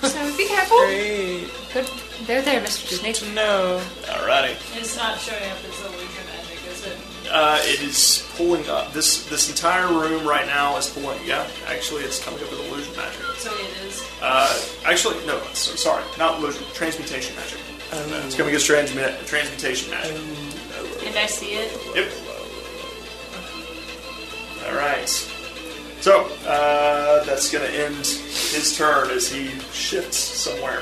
So be careful.
great.
Good. They're there, Mr.
Good
Snake.
to know.
Alrighty.
It's not showing up as illusion magic, is it?
Uh, it is pulling up. This this entire room right now is pulling. Yeah, actually, it's coming up with illusion magic.
So it is.
Uh, actually, no. So, sorry, not illusion. Transmutation magic. It's coming as transmut- transmutation magic.
And I see it.
Yep. All right. So uh, that's going to end his turn as he shifts somewhere.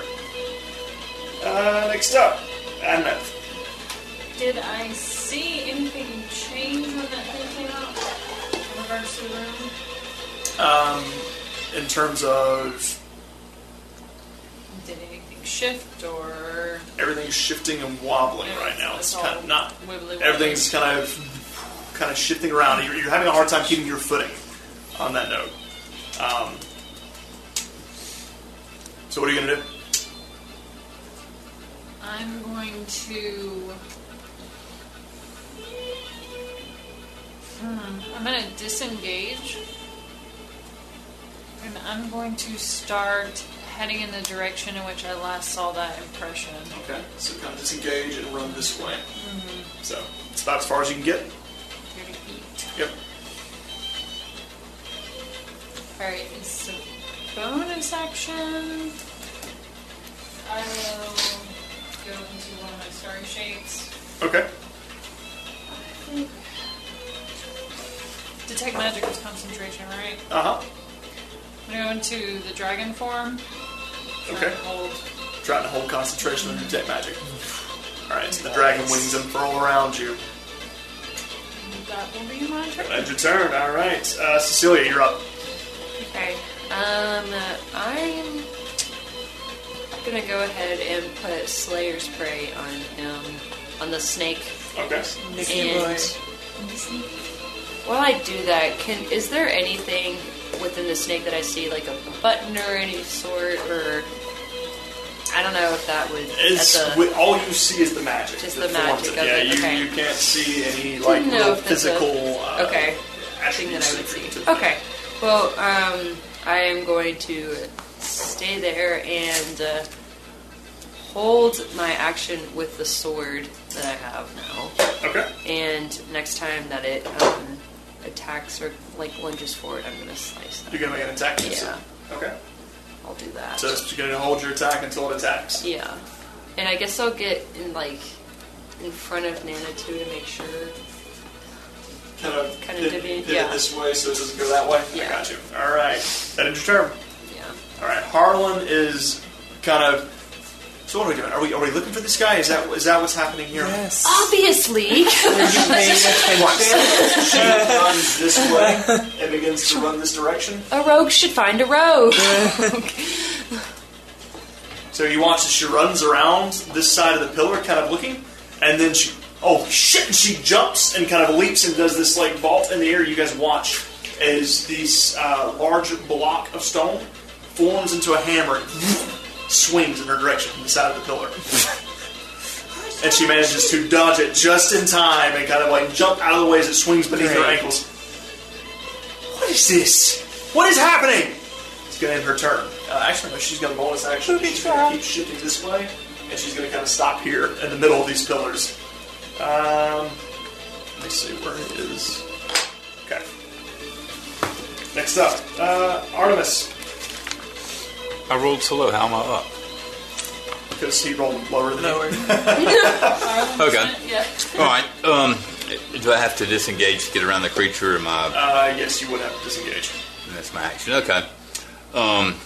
Uh, next up, Adnath.
Did I see anything change when that thing came out? In regards to the room?
Um, in terms of
Did anything shift or
everything's shifting and wobbling right now, it's kind of not.
wibbly wobbly?
Everything's kind of kind of shifting around. You're, you're having a hard time keeping your footing. On that note. Um, so what are you going to do?
I'm going to. Hmm, I'm going to disengage. And I'm going to start heading in the direction in which I last saw that impression.
Okay, so kind of disengage and run this way. So it's about as far as you can get.
30 feet.
Yep.
Alright, it's a bonus action. I will go into one of my starry shapes.
Okay.
Detect magic is concentration, right?
Uh huh.
I'm going to go into the dragon form. Try
Okay.
and Hold.
Trying to hold concentration and detect magic. All right, so the dragon wings unfurl around you.
That will be my turn.
That's your turn. All right, uh, Cecilia, you're up.
Okay. Um, I'm gonna go ahead and put Slayer's Prey on him, on the snake.
Okay.
Nicky boy.
And while I do that, can is there anything within the snake that I see, like a button or any sort, or I don't know if that would.
It's,
that's a-
wi- all you see is the magic.
Just
that
the
forms
magic
it.
of
yeah,
it,
You,
okay.
you can't see any like
know
real
if that's a-
physical. uh,
okay. thing that
attributes
I would
you
see.
took.
Okay. Well, um, I am going to stay there and uh, hold my action with the sword that I have now.
Okay.
And next time that it um, attacks or like lunges forward, I'm gonna slice
You're
that.
gonna make an attack. you said? Okay.
I'll do that.
So it's- you're gonna hold your attack until it attacks.
yeah. And I guess I'll get in like in front of Nana too to make sure.
kind of,
Kind of
pivot,
divvy,
pivot
yeah.
this way so it doesn't go that way. I
Yeah.
got you. All right, that ends your turn.
Yeah.
All right, Harlan is kind of. So what are we doing? Are we are we looking for this guy? Is that is that what's happening here?
Yes.
Obviously.
Are you
She runs this
paying attention?
way and begins to run this direction.
A rogue should find a rogue.
So you watch as she runs around this side of the pillar, kind of looking, and then she, oh shit, and she jumps and kind of leaps and does this like vault in the air. You guys watch as this uh, large block of stone forms into a hammer and swings in her direction from the side of the pillar. and she manages to dodge it just in time and kind of like jump out of the way as it swings beneath her
Great.
ankles. What is this? What is happening? It's gonna end her turn. Uh, actually, no, she's gonna bonus action.
Booby
she's gonna
trap.
keep shifting this way, and she's gonna kind of stop here in the middle of these pillars. Um, let me see where it is. Okay. Next up, uh, Artemis,
I rolled so low. How am I up?
because he rolled lower than
Lower.
you.
Okay.
Yeah.
All right. Um, do I have to disengage to get around the creature? Or my
Uh, yes, you would have to disengage.
that's my action. Okay. Um,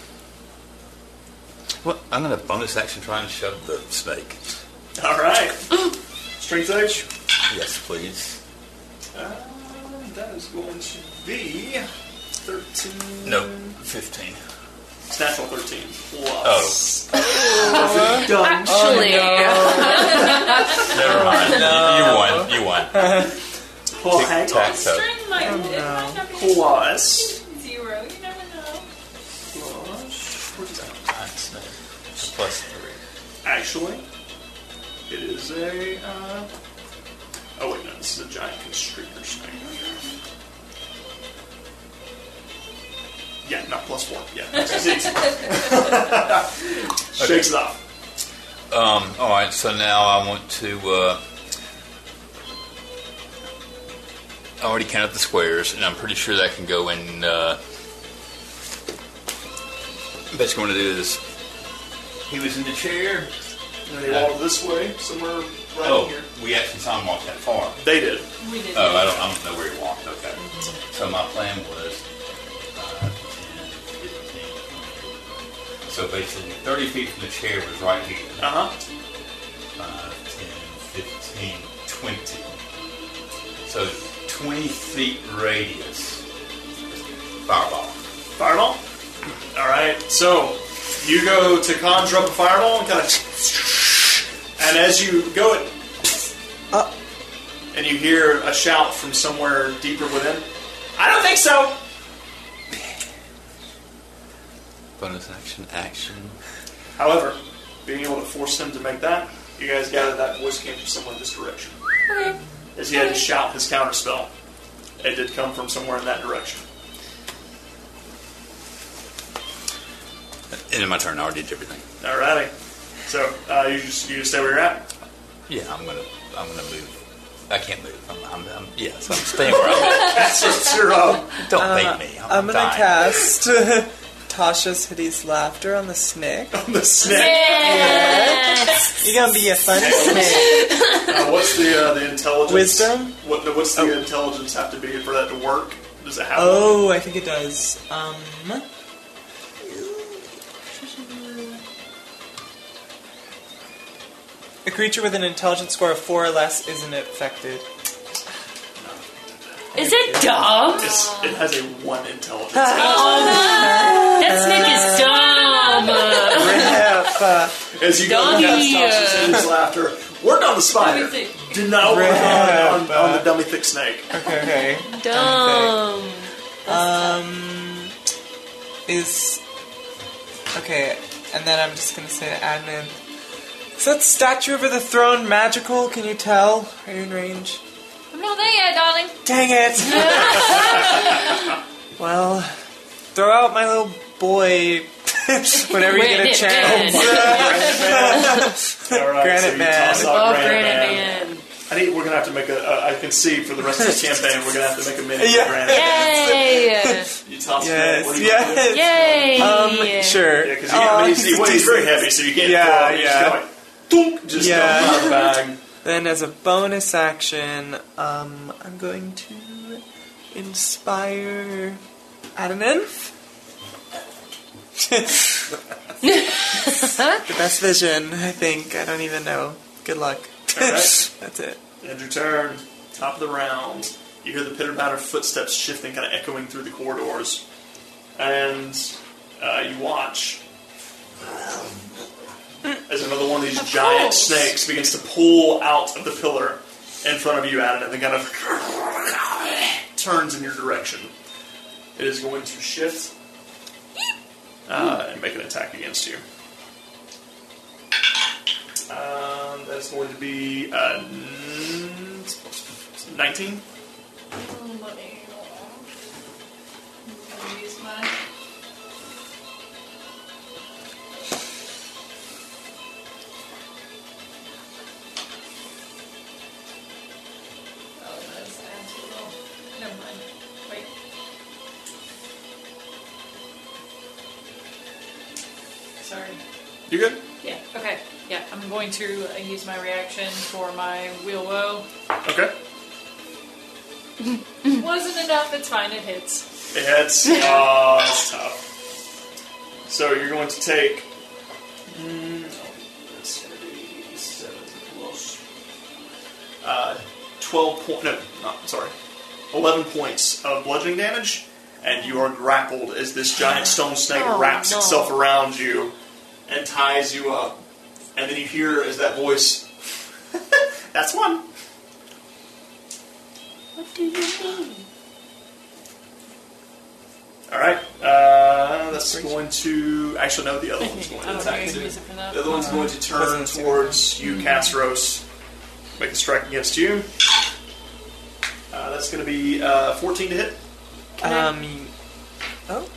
well, I'm gonna bonus action try and shove the snake.
All right. Strength age.
Yes, please.
Uh, that is going to be thirteen.
No, fifteen.
It's natural thirteen
Oh,
plus.
Actually,
never mind. You, you won. You won.
Plus, hang on.
Tack toe.
String might, it might not be
plus.
zero. You never know.
Plus, what is that?
Nice, nice. Plus three.
Actually, it is a. Uh, oh wait, no, this is a giant constrictor snake. Yeah, not plus four. Yeah, this is easy. Shakes it off.
Um, all right, so now I want to. Uh, I already counted the squares, and I'm pretty sure that can go in. Uh, basically, want to do this. He was in the chair.
And then they walk this way, somewhere right
Oh,
here.
we actually saw him walk that far.
They did.
We did.
Oh, I don't, I don't know where he walked. Okay. So my plan was uh, 10, 15. So basically, 30 feet from the chair was right here. uh,
Uh huh.
10, 15, 20. So 20 feet radius. Fireball.
Fireball. All right. So you go to conjure up a fireball and kind of, and as you go it,
Uh.
and you hear a shout from somewhere deeper within. I don't think so.
Bonus action, action.
However, being able to force him to make that, you guys gather that voice came from somewhere in this direction. As he had to shout his counter spell, it did come from somewhere in that direction.
End of my turn. I already did everything.
Alrighty. So uh, you just you just stay where you're at.
Yeah, I'm gonna, I'm gonna move. I can't move. I'm, I'm, I'm yeah. So I'm staying where I'm.
That's just your um,
at. Don't make me. Uh, I'm,
I'm gonna
dying.
cast Tasha's hideous laughter on the snake.
the snake.
You're gonna be a funny snake.
Uh, what's the uh, the intelligence?
Wisdom?
What, no, what's the intelligence have to be for that to work? Does it have?
Oh, I think it does. Um, a creature with an intelligence score of four or less isn't affected.
Is it dumb?
It's, it has a one intelligence. As-
That snake is dumb.
Rip. Uh,
As you go
Doggy,
past Tasha's hideous laughter, work on the spider.
Let me
Do not work
Right.
on, on, on the dummy thick snake.
okay, okay.
Dumb.
Um, is okay, and then I'm just gonna say to admin. Is that statue over the throne magical? Can you tell? Are you in range?
I'm not there yet, darling.
Dang it! well, throw out my little boy. Whenever you get a
Granite
chance.
Man.
All right,
Granite
so you
Man.
toss out
Oh,
Granite Man.
Granite Man.
I think we're gonna have to make a. Uh, I can see for the rest of this campaign, we're gonna have to make a mini
Yeah.
Granite.
Yay!
You toss
Yes,
him. What do you do?
yes.
Yay!
Um, sure.
Yeah, because
Oh,
he's, well, he's very heavy, so you can't.
Yeah,
throw him. You
yeah.
Just, go like, thunk, just
Yeah.
dump him out of the bag.
Then, as a bonus action, um, I'm going to inspire Adonanth. the best vision, I think. I don't even know. Good luck.
Alright.
That's it.
End your turn. Top of the round. You hear the pitter patter of footsteps shifting, kind of echoing through the corridors, and uh, you watch as another one of these giant
course.
snakes begins to pull out of the pillar in front of you, Adam, and then kind of turns in your direction. It is going to shift uh, and make an attack against you. Um, that's going to be uh, n- 19.
Let me let me use my. Oh, that's actually low. Never mind. Wait. Sorry.
You good?
Yeah. Okay. Yeah, I'm going to uh, use my reaction for my wheel woe.
Okay.
Wasn't enough. It's fine. It hits.
It's, uh, it's tough. So you're going to take. Mm, it's going to be 7 plus. Uh, 12 point. No, not, sorry. 11 points of bludgeoning damage, and you are grappled as this giant stone snake
Oh,
wraps
no.
itself around you and ties you up. And then you hear as that voice. That's one.
What do you mean?
All right. Uh, that's going to actually no. The other one's going
I
to
don't think I
attack
can
too.
use it for that.
The other one's going
Uh,
to turn towards you, Casros. Make a strike against you. Uh, that's going to be uh, 14 to hit.
Um. Oh.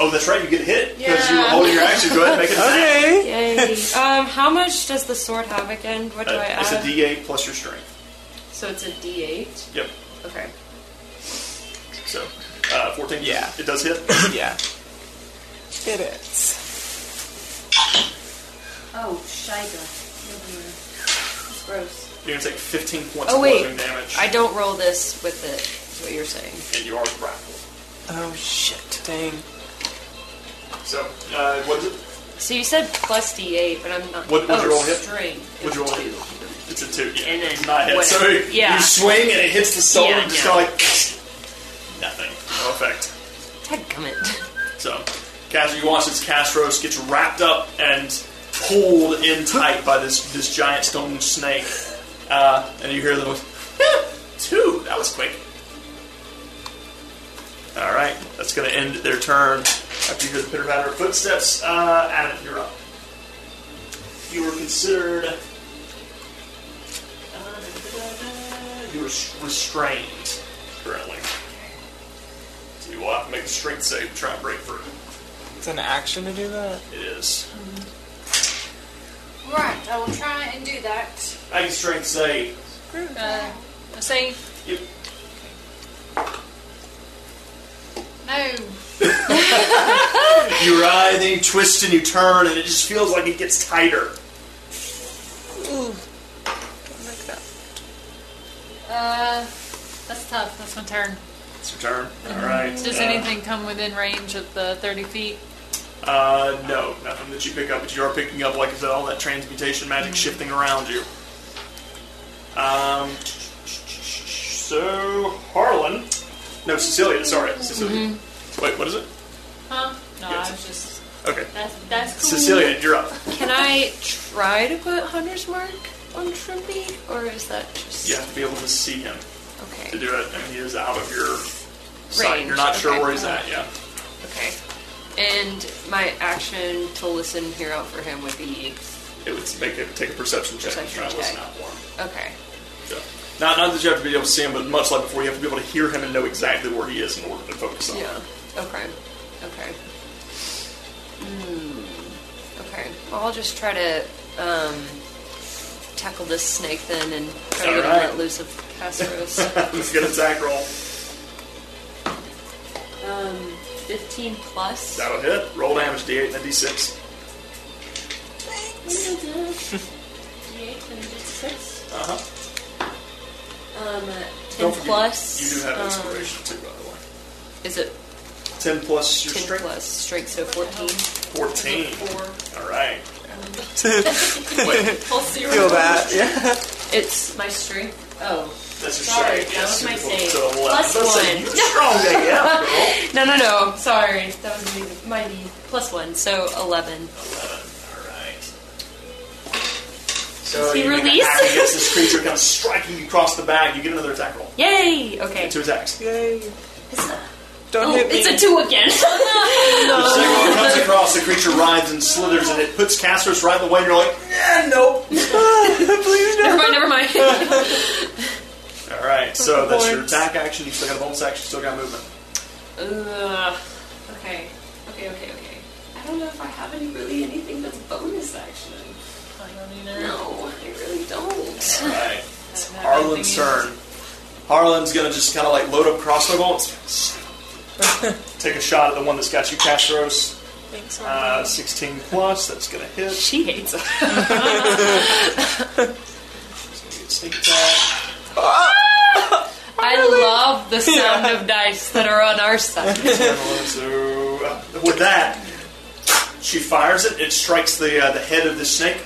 Oh, that's right. You get hit because you were
Yeah.
holding your action. Go ahead, and make an attack.
Okay.
Yay. um, how much does the sword have again? What do I
Uh, it's a
add?
D8 plus your strength.
so it's a D8.
Yep.
Okay.
So uh, 14. does-
Yeah.
it does hit.
Yeah. It is.
Oh, Shiga. That's gross.
You're going to take 15 points
Oh
of
wait,
bludgeoning damage,
I don't roll this with it. Is what you're saying?
and you are grappled.
Oh shit. Dang.
So uh, what is it?
So you said plus D8, but I'm not.
What- what'd
oh,
you roll hit?
strength.
What'd you roll hit? It's a two. Yeah.
And then
not hit. So
whatever. Yeah.
you swing and it hits the stone,
Yeah,
and just
yeah.
kind of like nothing, no effect.
Dadgummit.
So, Cas, you watch as Castros gets wrapped up and pulled in tight by this this giant stone snake, uh, and you hear the voice, "Eh, two. That was quick. All right, that's going to end their turn. After you hear the pitter patter of footsteps, uh, Adam, you're up. You were considered. uh, You were restrained currently. So you will have to make a strength save to try and break through.
It's an action to do that.
It is.
Mm-hmm. Right, I will try and do that.
Make a strength save.
Uh, say
Yep.
no.
You writhe and you twist and you turn, and it just feels like it gets tighter.
Uh, that's tough. That's my turn.
It's your turn.
Mm-hmm.
All right.
Does
Uh,
anything come within range of the 30 feet?
Uh, no, nothing that you pick up, but you are picking up, like I said, all that transmutation magic shifting around you. Um, so Harlan, no Cecilia, sorry, Cecilia.
Mm-hmm.
Wait, what is it?
Huh? No,
Yes.
I was just.
Okay,
That's, that's cool.
Cecilia, you're up.
Can I try to put Hunter's Mark on Trimpy, or is that just
You have to be able to see him to
okay?
do it, and he is out of your sight.
Range,
You're not sure
okay.
where he's at. Yeah.
Okay. And my action to listen here out for him would be
It would make it take a perception check and
Perception
try to listen
check.
out for him.
okay.
So, not, not that you have to be able to see him, but much like before, you have to be able to hear him and know exactly where he is in order to focus on. him.
Yeah. Okay. Okay. Mm. Okay. Well, I'll just try to um, tackle this snake then and try to get him
Alright.
let loose of Casseros.
Let's get an attack roll.
um, 15 plus.
That'll hit. Roll damage, d8 and a d6.
Oh
D8 and D6.
Uh-huh.
Um, 10
Don't forget,
plus.
You do have
um,
inspiration too, by the way.
Is it
10 plus your
10
strength?
plus strength, so 14?
14. All right.
Plus zero.
Feel that. Yeah.
It's my strength. Oh.
That's your
Sorry,
strength.
that
yes.
was my
So
save.
11.
Plus
Let's say
one.
You're strong, day, yeah. girl.
No, no, no. Sorry. That was me. Mighty. Plus one, so 11.
All right. So
he
you make a
release?
hack against this creature, kind of striking you across the back. You get another attack roll.
Yay! Okay.
Two attacks.
Yay. Don't hit me.
Oh, It's a two again.
The second one comes across, the creature rides and slithers, and it puts Casper's right in the way. And you're like, eh, nope.
Please
never
no.
mind. Never mind.
All right, so that's your
Points.
attack action. You still got a bonus action. Still got movement.
Ugh. okay. Okay. Okay. Okay. I don't know if I have any really anything that's bonus action.
I don't either.
No, I really don't.
All right, it's
I don't have
Harlan's
anything
turn. Harlan's gonna just kind of like load up crossbow bolts. Take a shot at the one that's got you, Castros.
Thanks,
Uh, 16 plus. That's gonna hit.
She hates us.
Sneak attack.
I love the sound of dice that are on our side.
So uh, with that, she fires it. It strikes the uh, the head of the snake.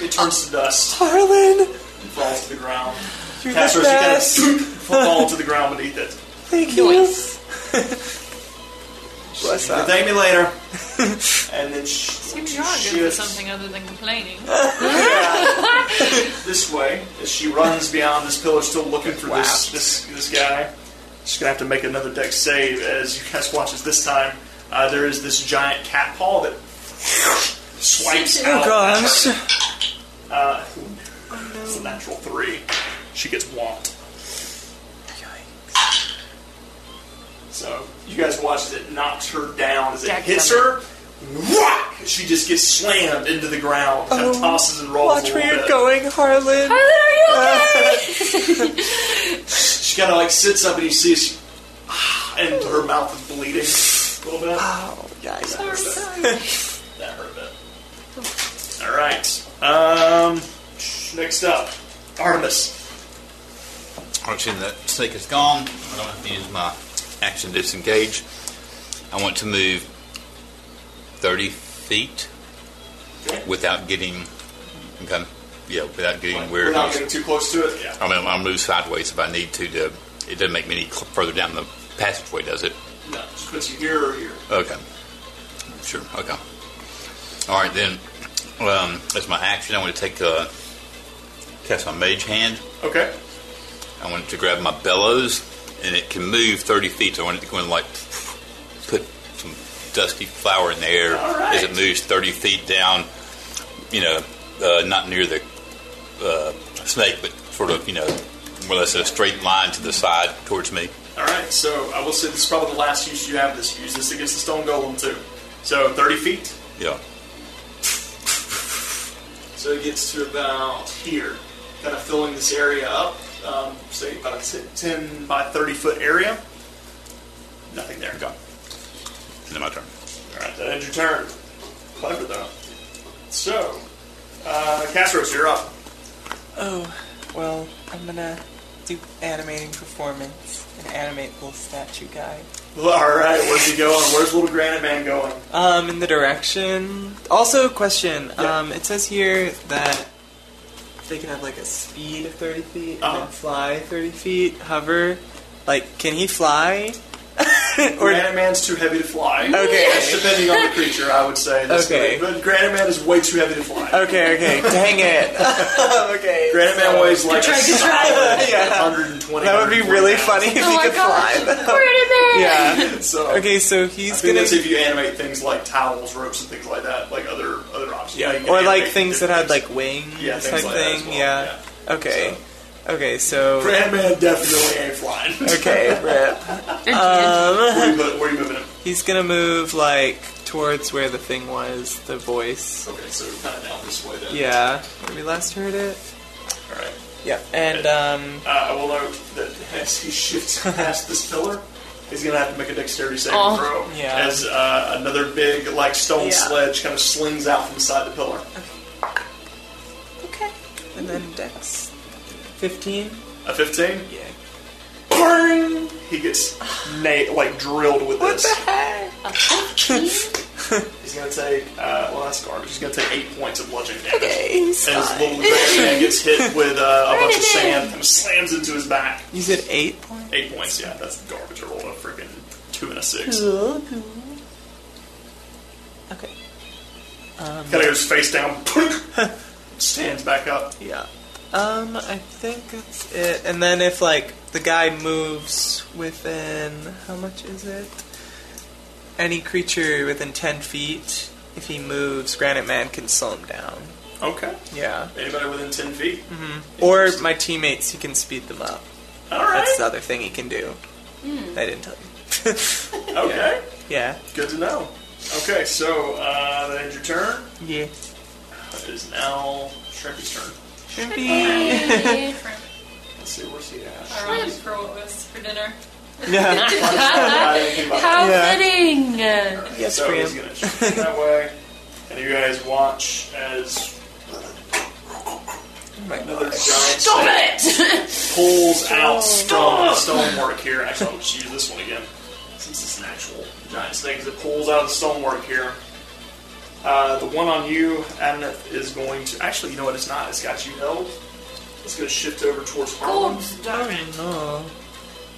It turns to dust
Harlan,
and falls to the ground.
you're
Castros,
the
you
best.
kind of fall to the ground beneath it.
Thank you.
Nice.
Bless
You
up.
thank me later. and then she,
Seems you are good for
shifts
something other than complaining.
this way as she runs beyond this pillar, still looking for this,
Wow.
this this guy. She's gonna have to make another deck save as you guys watch as this time uh, there is this giant cat paw that swipes
Oh
out.
gosh.
Uh, it's a natural three. She gets whomped. So you guys watch as it knocks her down as it
Jack
hits her. Whack! She just gets slammed into the ground, kind of
Oh,
tosses and rolls.
Watch
a
where
little
you're
bit.
going, Harlan.
She kind of like sits up and you see, she, and her mouth is bleeding a little bit.
Oh, guys.
That hurt a bit. All right. Um, next up, Artemis.
I've seen that snake is gone. I don't have to use my action to disengage. I want to move 30 feet
Okay.
without getting. Okay. Yeah, without getting where.
We're
it
not
is.
getting too close to it. Yeah.
I mean, I'll move sideways if I need to. to it doesn't make me any cl- further down the passageway, does it?
No, just puts you here or here.
Okay. Sure. Okay. All right then. Um, as my action, I want to take uh, cast my mage hand.
Okay.
I want it to grab my bellows, and it can move thirty feet. So I want it to go and like put some dusty flour in the air
All right.
as it moves thirty feet down. You know, uh, not near the uh, snake, but sort of you know more or less a straight line to the side towards me.
All right. So I will say this is probably the last use you have of this. Use this against the stone golem too. So 30 feet.
Yeah.
So it gets to about here, kind of filling this area up. Um, say about a 10 by 30 foot area. Nothing there.
Okay. Then my turn.
Alright, that ends your turn. Clever though. So, uh, Castros, you're up.
Oh, well, I'm gonna do animating performance and animate little statue guy.
Alright, where's he going? Where's little Granite Man going?
Um, in the direction. Also, question.
Yeah.
Um, it says here that they can have like a speed of 30 feet and
Uh-huh.
then fly 30 feet, hover. Like, can he fly? or
Granite Man's too heavy to fly.
Okay.
That's depending on the creature, I would say. That's
Okay.
the- But Granite Man is way too heavy to fly.
okay, okay, dang it. okay.
Granite Man weighs like
Good try,
a
good
solid
Yeah.
120.
That would
140
be really
pounds.
funny if he could fly. yeah.
So,
Okay, so
I
he's
think
gonna.
that's if you animate things like towels, ropes, and things like that, like other other options.
Yeah,
you can
or
animate
like things that
different
had
things.
like wings
Yeah,
type
things like that as
thing.
well,
yeah. Okay. Okay, so
Granite Man definitely ain't flying.
okay, rip.
where, are you, mo- where you moving him?
He's gonna move like towards where the thing was, the voice.
Okay, so kind of down this way then.
Yeah, where we last heard it.
All right.
Yeah, and um,
Uh, I will note that as he shifts past this pillar, he's going to have to make a dexterity saving
Oh.
throw.
Yeah.
As uh, another big, like, stone
Yeah.
sledge kind of slings out from beside the pillar.
okay, and then Dex, fifteen.
A 15?
Yeah.
Bang! He gets, na- like, drilled with
What
this.
the heck?
He's going to take, uh, well, that's garbage. He's going to take 8 points of bludgeoning damage.
Okay, he's
And his
fine.
little man gets hit with uh, a bunch of sand and slams into his back.
You said eight points.
Eight points, yeah, that's garbage. I rolled a freaking two and a six.
Hmm. Okay.
Kind of goes face down. stands back up.
Yeah. Um, I think that's it. And then if like the guy moves within how much is it? Any creature within ten feet, if he moves, Granite Man can slow him down.
Okay.
Yeah.
Anybody within ten feet?
Hmm. Or my teammates, he can speed them up.
All right.
That's the other thing he can do. I didn't tell you.
okay.
yeah.
Good to know. Okay, so uh, that ends your turn.
Yeah.
It is now Shrimpy's turn.
Shrimpy.
Let's see, where's he at?
I already curled this for dinner.
Yeah.
I didn't think about that.
How
Yeah.
fitting!
Yes,
so he's
Graham.
gonna shoot that way, and you guys watch as
my
another giant snake pulls out from the stonework here. Actually, I'll just use this one again since it's an actual giant snake. As it pulls out of the stonework here, uh, the one on you, Adonith, is going to actually. You know what? It's not. It's got you held. It's going to shift over towards Harlan.
Oh.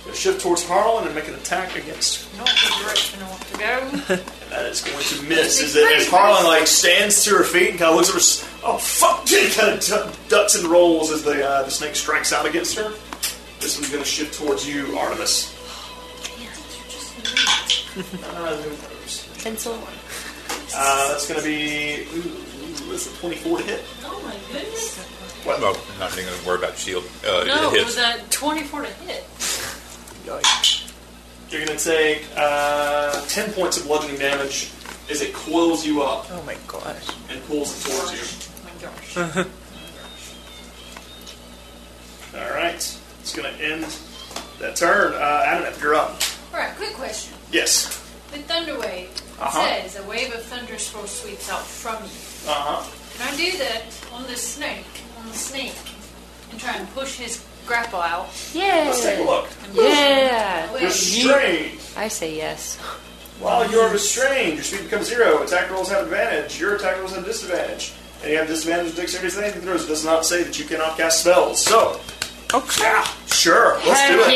Gonna shift towards Harlan and make an attack against
Not the direction I want to go.
That is going to miss. Is it, as Harlan like stands to her feet and kind of looks at her, s- oh fuck, kind of du- ducks and rolls as the uh, the snake strikes out against her. This one's going to shift towards you, Artemis. Uh,
Pencil.
uh, that's going to be ooh, ooh, that's a twenty-four to hit.
Oh my goodness.
Well, no, I'm not even going to worry about shield. Uh,
No,
it
it was
hits.
a 24 to hit.
You're going to take uh, ten points of bludgeoning damage as it coils you up
Oh my gosh.
and pulls it towards you.
Oh my gosh.
All right, it's going to end that turn. Uh, Adonith, you're up.
Alright, quick question.
Yes.
With Thunderwave, it
Uh-huh.
says a wave of thunderstorm sweeps out from you.
Uh huh.
Can I do that on this snake? On the snake, and try and push his grapple out.
Let's take a
Yeah.
look.
Yeah.
Away.
Restrained.
I say yes.
While you are restrained, your speed becomes zero. Attack rolls have advantage. Your attack rolls have disadvantage. And you have disadvantage with dexterity saving throws. It does not say that you cannot cast spells. So,
Okay.
yeah, sure. Let's do
Heck
it.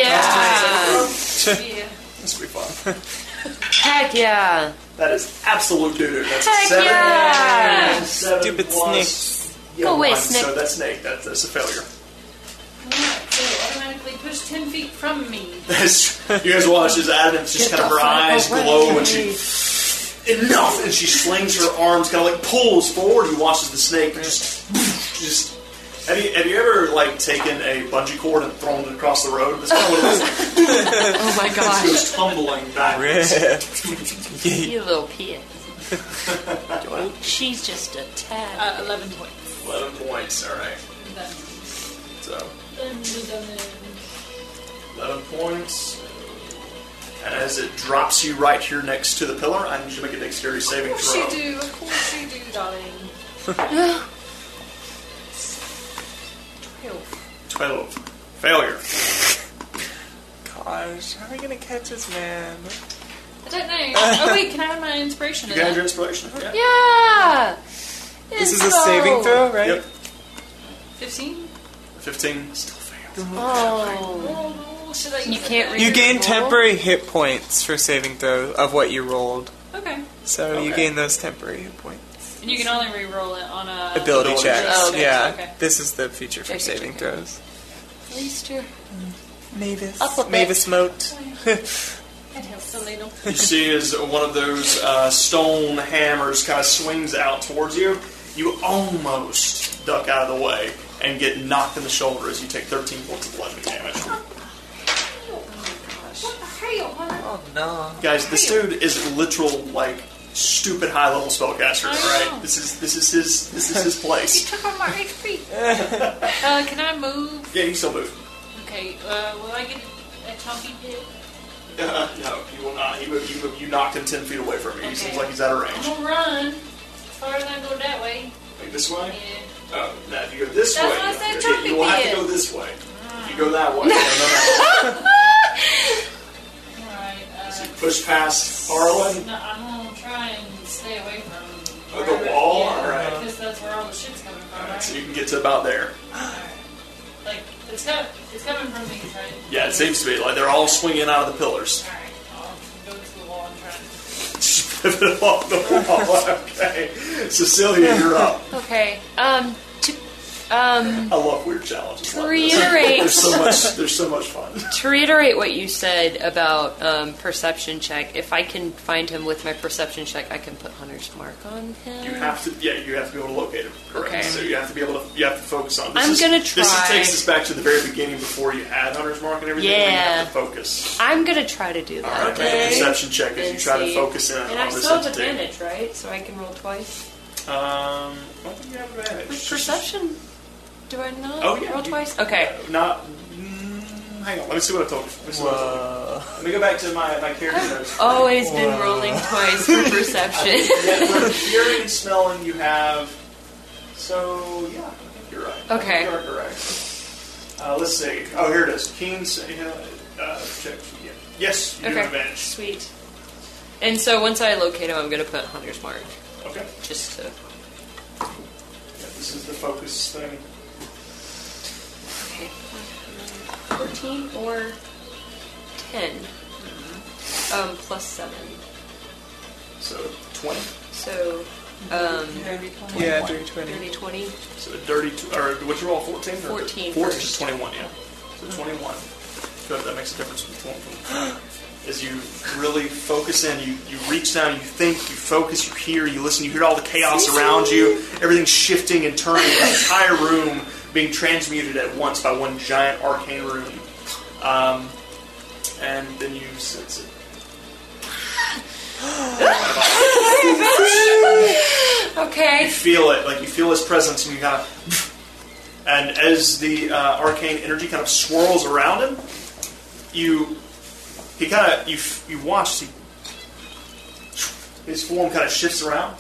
yeah!
Yeah.
This will be fun.
Heck yeah!
That is absolute doo doo. That's a
Heck
seven.
yeah!
That's a seven
Stupid
plus- Yeah,
Go away,
one.
snake.
So that snake, that's, that's a failure.
Alright, so automatically push 10 feet from me.
That's- you guys watch as Adam's just kind of her eyes glow and she enough and she slings her arms kind of like pulls forward you watch as the snake just just have you, have you ever like taken a bungee cord and thrown it across the road that's kind of what it was
Oh my
it
gosh!
goes tumbling backwards
Riff.
you little pit. She's just a tad.
Uh, 11 points.
11 points alright
Done.
so
Done, done, done.
11 points and as it drops you right here next to the pillar I need you to make a dexterity
Of
saving
course
throw
you do. Of course you do, darling.
12 failure
Gosh, how are we gonna catch this man?
I don't know. Oh wait, can I have my inspiration?
you
in
got
that?
your inspiration yeah
Yeah.
This is a saving throw, right?
Yep.
15?
15 still failed.
Oh.
Oh, should I
You
use it
can't
then?
re-
You gain
Roll.
temporary hit points for saving throw of what you rolled.
Okay.
So you
Okay.
gain those temporary hit points.
And you can only re-roll it on a...
Ability,
ability
checks.
checks.
Oh, okay.
Yeah.
Okay.
This is the feature for
Okay,
saving
okay.
throws.
At least you're.
Mavis.
Up a bit.
Mavis Moat.
It helps a little.
You see, as one of those uh, stone hammers kind of swings out towards you, you almost duck out of the way and get knocked in the shoulder as you take 13 points of bludgeoning damage.
What the hell? What?
oh no.
Guys, this dude is literal like stupid high level spellcaster.
I know.
Right? This is this is his this is his place.
Took on my HP. uh, can I move?
Yeah, you can still move.
Okay, uh, will I get a chunky hit?
Uh, no, you will not. You, you, you knocked him 10 feet away from you. He seems like he's out of
I'm
range.
gonna run. Far as I go that way.
Like this way.
Yeah.
Oh, now if you go this
That's
way,
why I said
you-
traffic
you will have to
is.
go this way. If
Ah.
you go that way, no, no, no.
Alright,
So
uh,
you push past Harlan.
no, I'm gonna try and stay away from...
Oh, the wall?
Yeah,
Alright.
Because that's where all the shit's coming from,
Alright,
right?
so you can get to about there.
Like, it's, got, it's coming from these, right?
Yeah, it seems to be like they're all swinging out of the pillars.
Alright, I'll go to the wall and try and...
Just pivot along the wall. Okay, Cecilia, you're up.
Okay. Um. To Um,
I love weird challenges.
To
like this.
reiterate-
there's so much. There's so much fun.
to reiterate what you said about um, perception check, if I can find him with my perception check, I can put Hunter's Mark on him.
You have to, yeah, you have to be able to locate him. Correct.
Okay.
So you have to be able to, you have to focus on. This
I'm
is-
gonna
This
try.
takes us back to the very beginning before you had hunter's mark and everything. where You have
Yeah.
to focus.
I'm gonna try to do
All right.
that.
Make a perception check as you
And
try to
see.
focus in
And
on
I
this
still have
entity.
advantage, right? So I can roll twice.
Um, I don't think you have advantage.
With perception, do I not
Oh yeah.
roll
you-
twice? Okay.
uh, Not. mm, Hang on. Let me see what I told you. Let me, see what I told you.
Uh,
Let me go back to my my character notes.
Always been
Whoa.
rolling twice for perception.
yeah, for hearing and smelling, you have. So yeah, I think you're right. I think
Okay.
you are correct. Uh, let's see. Oh, here it is. Keen. sa- Uh, check. Yeah. Yes, you do have
okay.
advantage.
Sweet. And so once I locate him, I'm gonna put Hunter's Mark
Okay. Yeah,
just to.
this is the focus thing.
Okay. 14 or 10. Um, plus 7.
So twenty.
So, um,
yeah, dirty 20.
maybe 20.
So a dirty. Tw- or what's your roll? Fourteen. or- Fourteen.
14 first.
Twenty-one. Yeah. So twenty-one. Good. That makes a difference between them. As you really focus in, you, you reach down, you think, you focus, you hear, you listen, you hear all the chaos around you, everything's shifting and turning, the entire room being transmuted at once by one giant arcane room. Um, and then you sense it.
Okay.
You feel it, like you feel his presence, and you kind of. And as the uh, arcane energy kind of swirls around him, you, he kind of you f- you watch he, his form kind of shifts around.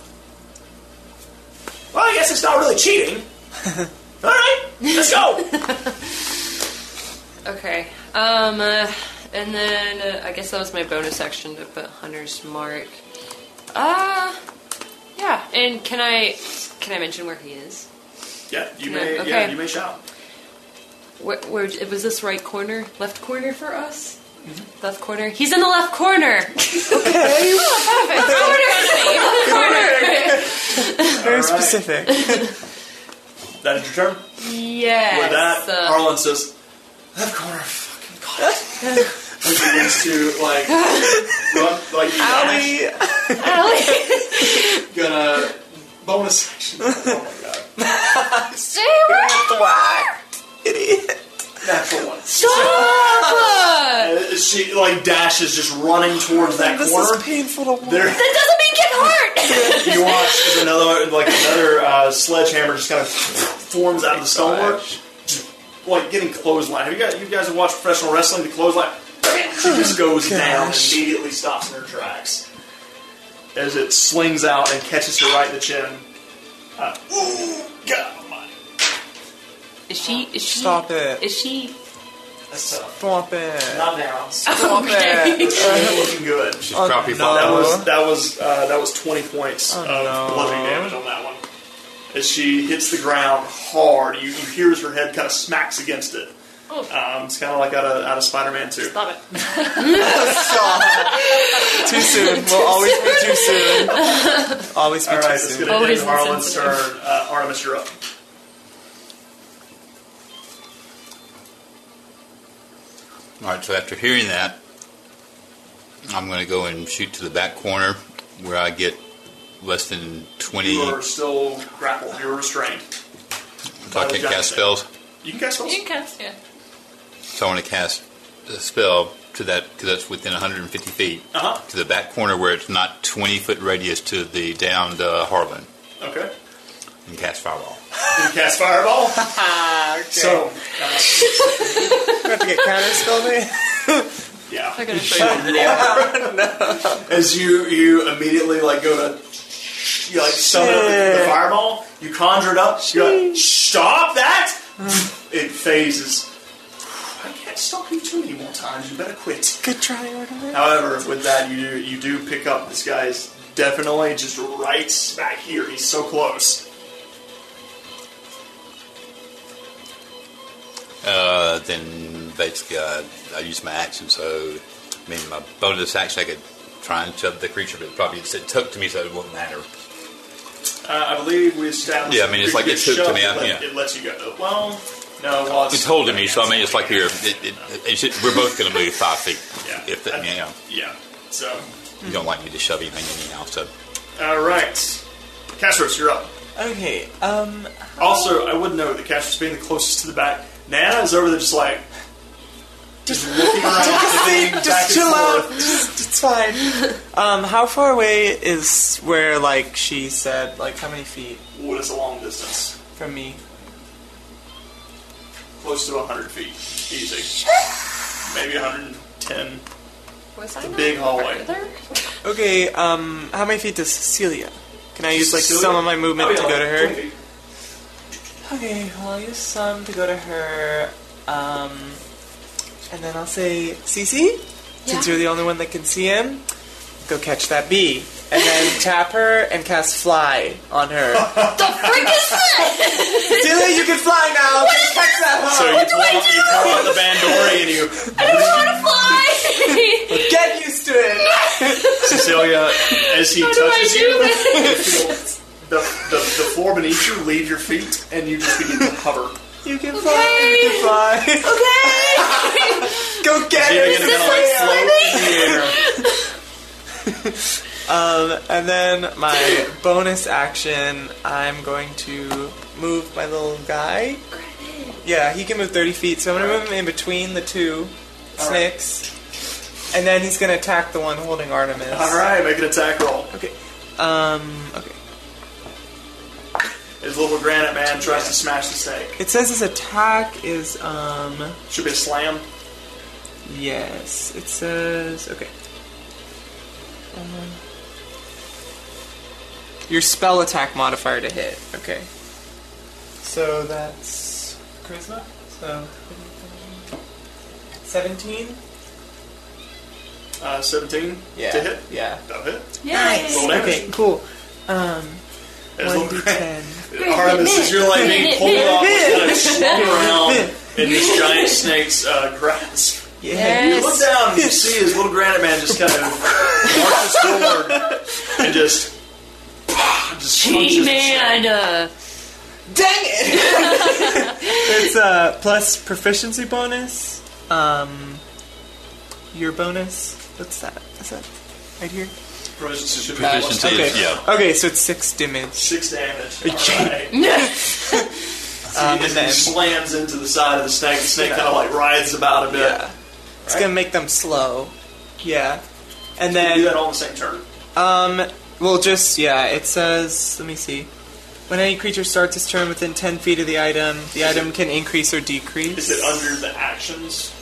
Well, I guess it's not really cheating. All right, let's go.
Okay. Um, uh, and then uh, I guess that was my bonus action to put Hunter's Mark. Uh, yeah. And can I can I mention where he is?
yeah, you may.
Yeah,
Yeah,
okay.
you may shout.
Where, where was this right corner? Left corner for us? Left corner. He's in the left corner.
Very
All right.
specific.
That is your turn.
Yes.
With that,
uh,
Harlan says, "Left corner, fucking god." he begins to like run, like dash.
Allie,
gonna bonus action. Oh my god.
Stay
whack, idiot.
Natural one.
Stop!
Uh, she like dashes just running towards that
This
corner.
is painful to watch.
there,
that doesn't mean get hurt.
you watch as another like another uh, sledgehammer just kind of forms out of the stonework, just, like getting clothesline. Have you guys you guys have watched professional wrestling? The clothesline, she just goes down and
Gosh.
immediately stops in her tracks as it slings out and catches her right in the chin. Uh, ooh, God almighty.
Is she? Is she?
Stop it.
Is she?
that's tough.
Stop it.
Not now.
Stop it.
She's looking good.
She's
Oh,
probably
no.
That
fine.
was that was uh, that was twenty points
Oh,
of
no.
bludgeoning damage on that one. As she hits the ground hard, you, you hear as her head kind of smacks against it. Um, it's kind of like out of out of Spider-Man Two.
Oh. Stop it.
Stop. too soon. We'll always be too soon. Always be
All right,
too
that's
soon.
going to
Always
end Harlan's turn.
insensitive.
Uh, Artemis, you're up.
All right, so after hearing that, I'm going to go and shoot to the back corner where I get less than 20.
You are still grappled. You're restrained.
so I can't cast spells.
You can cast spells.
You can cast, yeah.
So I want to cast a spell to that, because that's within 150 feet,
Uh
to the back corner where it's not 20 foot radius to the downed uh, Harlan,
huh. Okay.
and cast Fireball.
You can cast fireball. So uh,
we have to get counter spelled.
yeah.
I'm gonna show you.
As you you immediately like go to you like summon up the, the fireball, you conjure it up, you're like, stop that! It phases. I can't stop you too many more times, you better quit.
Good try, Order.
However, with that you do you do pick up this guy's definitely just right smack here, he's so close.
Uh, then basically uh, I use my action, so I mean my bonus action I could try and shove the creature, but probably it's it tucked to me, so it won't matter.
Uh, I believe we established.
Yeah, I mean, it's
if
like
you
it's
get
hooked to
shoved,
me,
It,
I-
let-
yeah.
it lets you go. Well, no. Well,
It's holding me, so I mean, it's like you're. It, it, it's just- we're both going to move five feet.
Yeah.
If that, you know,
Yeah. So,
you don't like me to shove anything in you now, so
all right, Castros, you're up.
Okay, um,
Also, I would note that Castros being the closest to the back, Nana is over there just like just looking around.
See,
back
just
and
chill out.
forth.
Just, it's fine. Um, how far away is where, like, she said, like, how many feet
Ooh, that's a long distance,
from me?
close to 100 feet, easy. Maybe 110.
Was
The big hallway.
there?
Okay, um, how many feet does Cecilia? Can I use, like,
Cecilia?
some of my movement
Oh, yeah,
to go to her?
20 feet.
Okay, well, I'll use some to go to her. Um, and then I'll say, Cece, since you're the only one that can see him, go catch that bee. And then tap her and cast fly on her. the frick is that? Celia, you can fly now. Just catch that
Oh,
So you
hog.
pull, out, you pull out the Bandori and you,
Fly!
Get used to it.
Cecilia, as he
do I
touches
do
you,
with it?
you feel the, the, the floor beneath you leave your feet and you just begin to hover.
You can fly. You can fly.
Okay!
go get
So you
her.
begin to kinda, like,
Cecilia.
float in the air.
Um, and then my bonus action, I'm going to move my little guy. Yeah, he can move 30 feet, so I'm going to move him in between the two snakes. And then he's going to attack the one holding Artemis.
All right, make an attack roll.
Okay. Um, okay.
As little granite man tries to smash the snake.
It says his attack is, um,
Should be a slam.
yes. It says, okay. Um, your spell attack modifier to hit. Okay. So that's charisma. So 17.
Uh, 17
Yeah.
to hit.
Yeah.
That'll hit.
Nice!
Roll damage.
Okay. Cool. Um,
As
one
little
d
granite
ten.
Artemis, as you're like being pulled off, kind of slung around in this giant snake's uh, grasp.
Yeah.
You look down and you see his little granite man just kind of marches forward and just, ah, just punches the
He-Man! uh,
Dang it! it's uh plus proficiency bonus. Um, your bonus. What's that? Is that right here?
snake. Proficiency should be
proficiency
plus
is yeah.
Okay, so it's six damage.
Six damage. All right.
Um,
And
and
then
then
he slams into the side of the snake. The snake kind of like writhes about a bit.
yeah, it's
Right?
gonna make them slow. Yeah, and
You do
then
that all in the same turn.
Um, well, just, yeah, it says, let me see. When any creature starts its turn within 10 feet of the item, the item can increase or decrease.
Is it under the actions?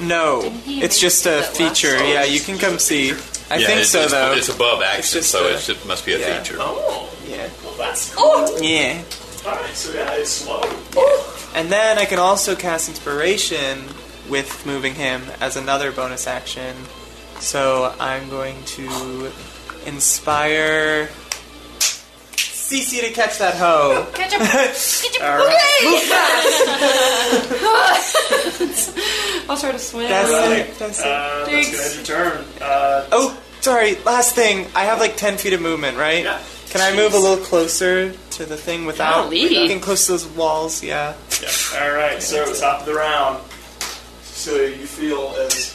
No,
Didn't he
it's
make
just
that
a
last
feature.
time?
Yeah, you can come see. I
Yeah,
think
it's,
so,
it's,
though.
It's above action,
just
so
a-
it's, it must be a
yeah.
feature.
Oh,
yeah.
well that's cool.
Yeah.
All right, so yeah, it's slow.
And then I can also cast Inspiration with moving him as another bonus action. So I'm going to inspire CC to catch that hoe.
Catch up.
I'll try to swim.
That's
Right.
it. That's it.
Uh, that's
Thanks.
gonna end your turn. Uh,
Oh, sorry. Last thing. I have like ten feet of movement, right?
Yeah.
Can I move a little closer to the thing without
Golly.
getting close to those walls? Yeah.
yeah. All right, so top of the round. So you feel as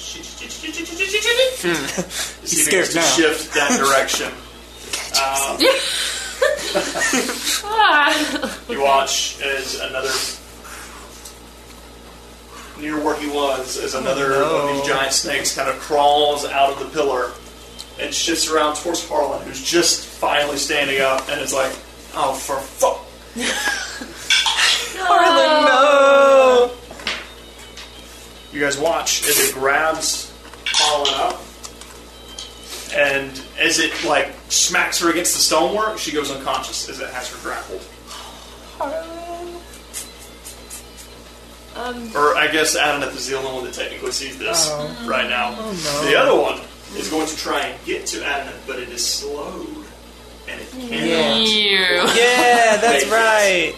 He's
Hmm. He begins
scared
to
now.
shift that direction. Um,
Ah.
You watch as another near where he was, as another
Oh, no.
of these giant snakes kind of crawls out of the pillar and shifts around towards Harlan, who's just finally standing up, and is like, "Oh, for fuck!"
Harlan, no.
You guys watch as it grabs Harlan up, and as it like smacks her against the stonework, she goes unconscious as it has her grappled.
Um,
Or I guess Adonith is the only one that technically sees this
Oh.
right now.
Oh, no.
The other one is going to try and get to Adonith, but it is slowed. And it cannot.
you.
Yeah, that's
Wait.
right.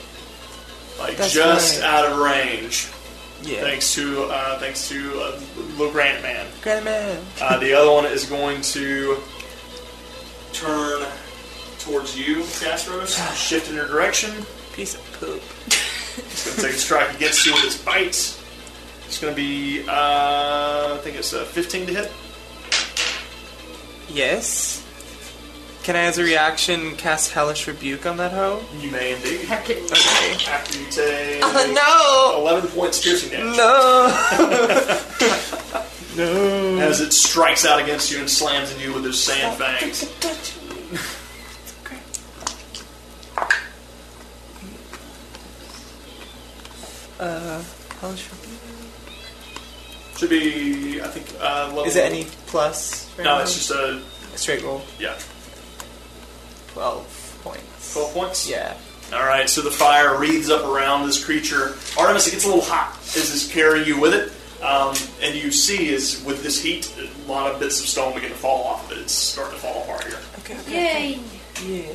Like
That's
just
right.
out of range.
Yeah.
Thanks to uh, thanks to uh, Little Granite Man.
Grandma.
Uh, the other one is going to turn towards you, Castros, shift in your direction.
Piece of poop.
It's going to take a strike against you with its bites. It's going to be, uh, I think it's uh, 15 to hit.
Yes. Can I, as a reaction, cast Hellish Rebuke on that hoe?
You may indeed.
Okay.
After you take
Oh, no!
11 points piercing damage.
No! no!
As it strikes out against you and slams into you with its sand fangs.
Uh, Hellish Rebuke.
Should be, I think, uh, level.
Is it any plus? for
No,
him?
it's just a,
straight roll.
yeah,
12 points.
12 points?
Yeah.
All right, so the fire wreathes up around this creature. Artemis, it gets a little hot as it's carrying you with it. Um, and you see is with this heat, a lot of bits of stone begin to fall off of it. It's starting to fall apart here.
Okay,
Yay!
Yeah.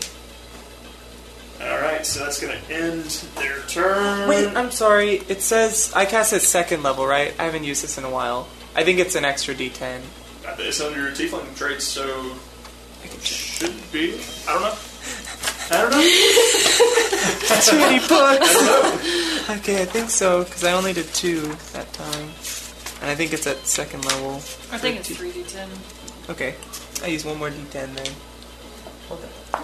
All right, so that's going to end their turn.
Wait, uh- I'm sorry. It says I cast at second level, right? I haven't used this in a while. I think it's an extra D10.
It's under your tiefling traits, so it should be. I don't know. I don't know.
Too many books. okay, I think so because I only did two that time, and I think it's at second level.
I think it's 3d10.
Okay, I use one more D10 then. Hold on.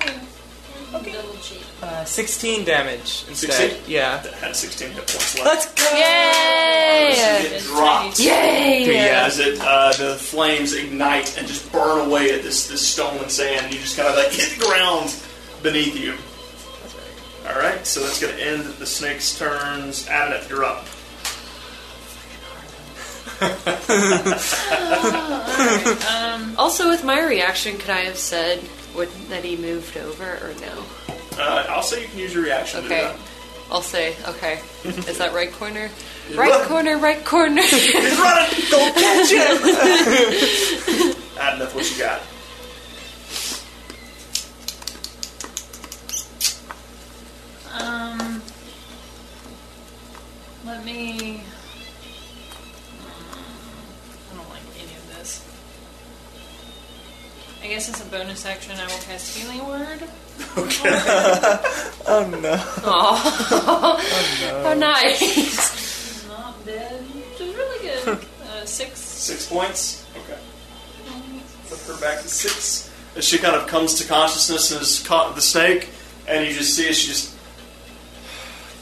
Double cheap.
Uh, 16 damage instead.
16?
Yeah.
That had 16 hit points left.
Let's go.
Yay!
it dropped.
Yay!
Yeah, as it uh, the flames ignite and just burn away at this this stone and sand, and you just kind of like hit the ground beneath you. All right, so that's going to end the snake's turns. Adamant, you're up.
Also, with my reaction, could I have said would, that he moved over or no?
Uh, I'll say you can use your reaction
Okay.
to do
I'll say, okay. Is that right corner? Right corner, right corner.
that. He's running. Go catch him. Adamant, what you got?
Um, let me. I don't like any of this. I guess as a bonus action, I will cast Healing Word.
Oh no.
oh, nice.
He's not dead, which is really good. uh, six.
Six points. Okay. Flip her back to six. As she kind of comes to consciousness and has caught the snake, and you just see it, she just.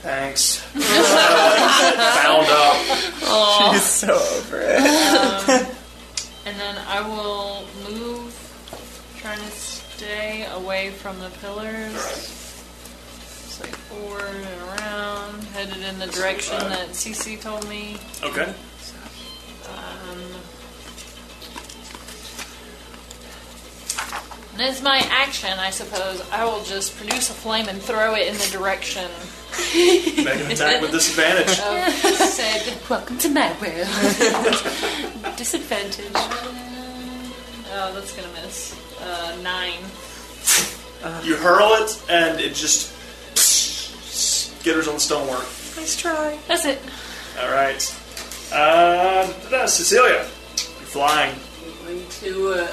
Thanks. Bound up.
She's so over it.
And then I will move, trying to stay away from the pillars. It's like forward and around, headed in the direction that CC told me.
Okay.
Um, and as my action, I suppose, I will just produce a flame and throw it in the direction
Make an attack with disadvantage.
of said.
Welcome to my world. Disadvantage.
Oh, that's gonna miss. Uh, nine.
You hurl it, and it just. skitters on the stonework.
Nice try.
That's it.
Alright. Uh, da-da, Cecilia, you're flying.
I'm going to uh,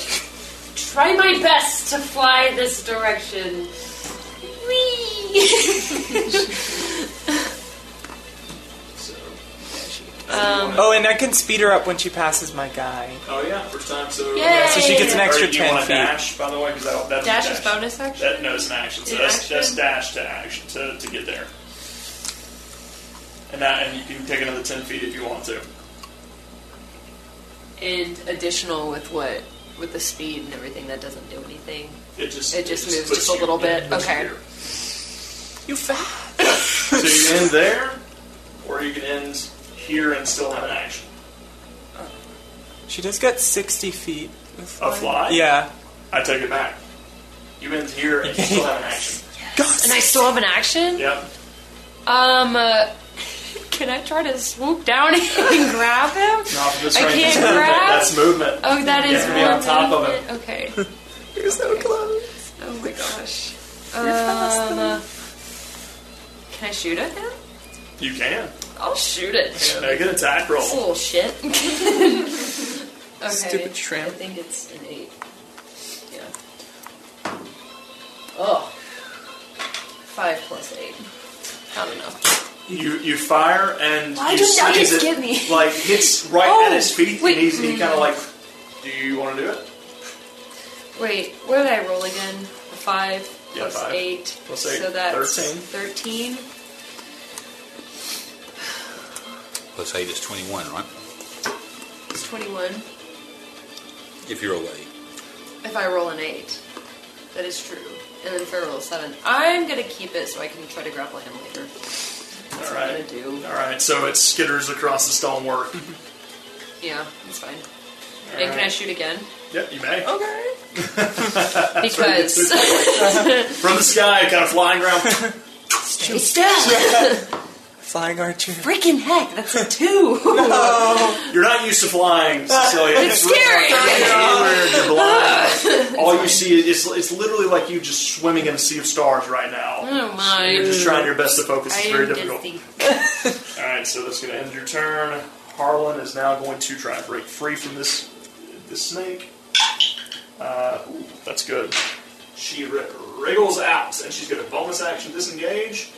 try my best to fly this direction. Whee!
So.
Oh, and I can speed her up when she passes my guy.
oh, yeah, first time, so.
Yay! So
she gets an extra
Or do you
10
want
feet.
to dash, by the way, because that'll that'll
Dash is bonus action.
That, no, it's an action. So
An
that's,
action?
that's dash to action to, to get there. And that, and you can take another ten feet if you want to.
And additional with what? With the speed and everything, that doesn't do anything.
It just
It just moves
puts
just a
you-
little bit.
it puts you
Okay.
here.
You fat.
So you can end there, or you can end here and still have an action.
She does get 60 feet. with
A fly.
Yeah.
I take it back. You end here and you still have an action.
And I still have an action?
Yep.
Um, uh, can I try to swoop down and grab him?
Not for this
I
range,
can't
it's movement.
grab?
That's movement.
Oh, that
You
is
have to be on
one
top of
movement. Okay.
You're so close.
Oh my gosh. Um, uh, can I shoot at him?
You can.
I'll shoot at him.
Make an attack roll.
This little shit. okay.
Stupid shrimp.
I think it's an eight. Yeah. Oh. Five plus eight. I don't know.
You you fire and
Why
you
do
sneeze
nuggets
it,
give me?
like hits right
Oh,
at his feet
wait.
and he's, he kind of like, do you want to do it?
Wait, what did I roll again? A five
Yeah,
plus
five.
eight.
Plus eight,
So that's
13.
thirteen.
Plus eight is twenty-one, right?
It's twenty-one.
If you're away.
If I roll an eight, that is true. And then if I roll a seven, I'm gonna keep it so I can try to grapple him later. That's
All
what I'm
right.
gonna do.
All right, so it skitters across the stonework.
Yeah, that's fine.
All
and can I
right.
shoot again?
Yep, you may.
Okay.
That's where it gets
Because
From the sky, kind of flying around.
stay still.
Flying archer.
Freaking heck, that's a two.
You're not used to flying, Cecilia.
It's scary.
Anywhere you're blind. All you see is it's, it's literally like you just swimming in a sea of stars right now.
oh my.
You're just trying your best to focus. It's
I
very
am
difficult.
dizzy.
All right, so that's going to end your turn. Harlan is now going to try and break free from this this snake. Uh, ooh, that's good. She wri- wriggles out, and she's going to bonus action disengage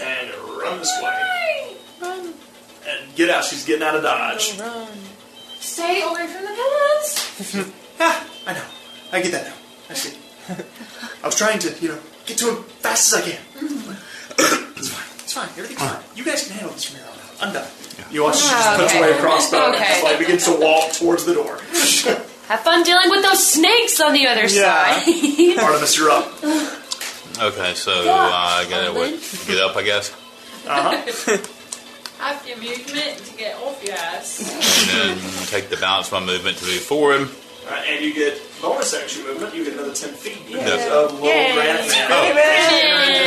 and run this way
Run,
and get out. She's getting out of dodge.
run.
Stay away from the pillows.
Ah, I know. I get that now. I see. I was trying to, you know, get to him fast as I can.
Mm-hmm.
it's fine. It's fine. Everything's fine. You guys can handle this from here on out. I'm done. You watch she just
Ah,
puts
okay.
away a crossbow and just,
Okay.
like begins to walk towards the door.
Have fun dealing with those snakes on the other
Yeah.
side.
Artemis, you're up.
Okay, so uh,
Yeah,
I gotta
Alvin.
wait, get up, I guess.
After movement to get off your ass.
And then take the balance of my movement to move forward.
Uh, and you get bonus action movement. You get another 10 feet. You
Yeah.
get a little grand man.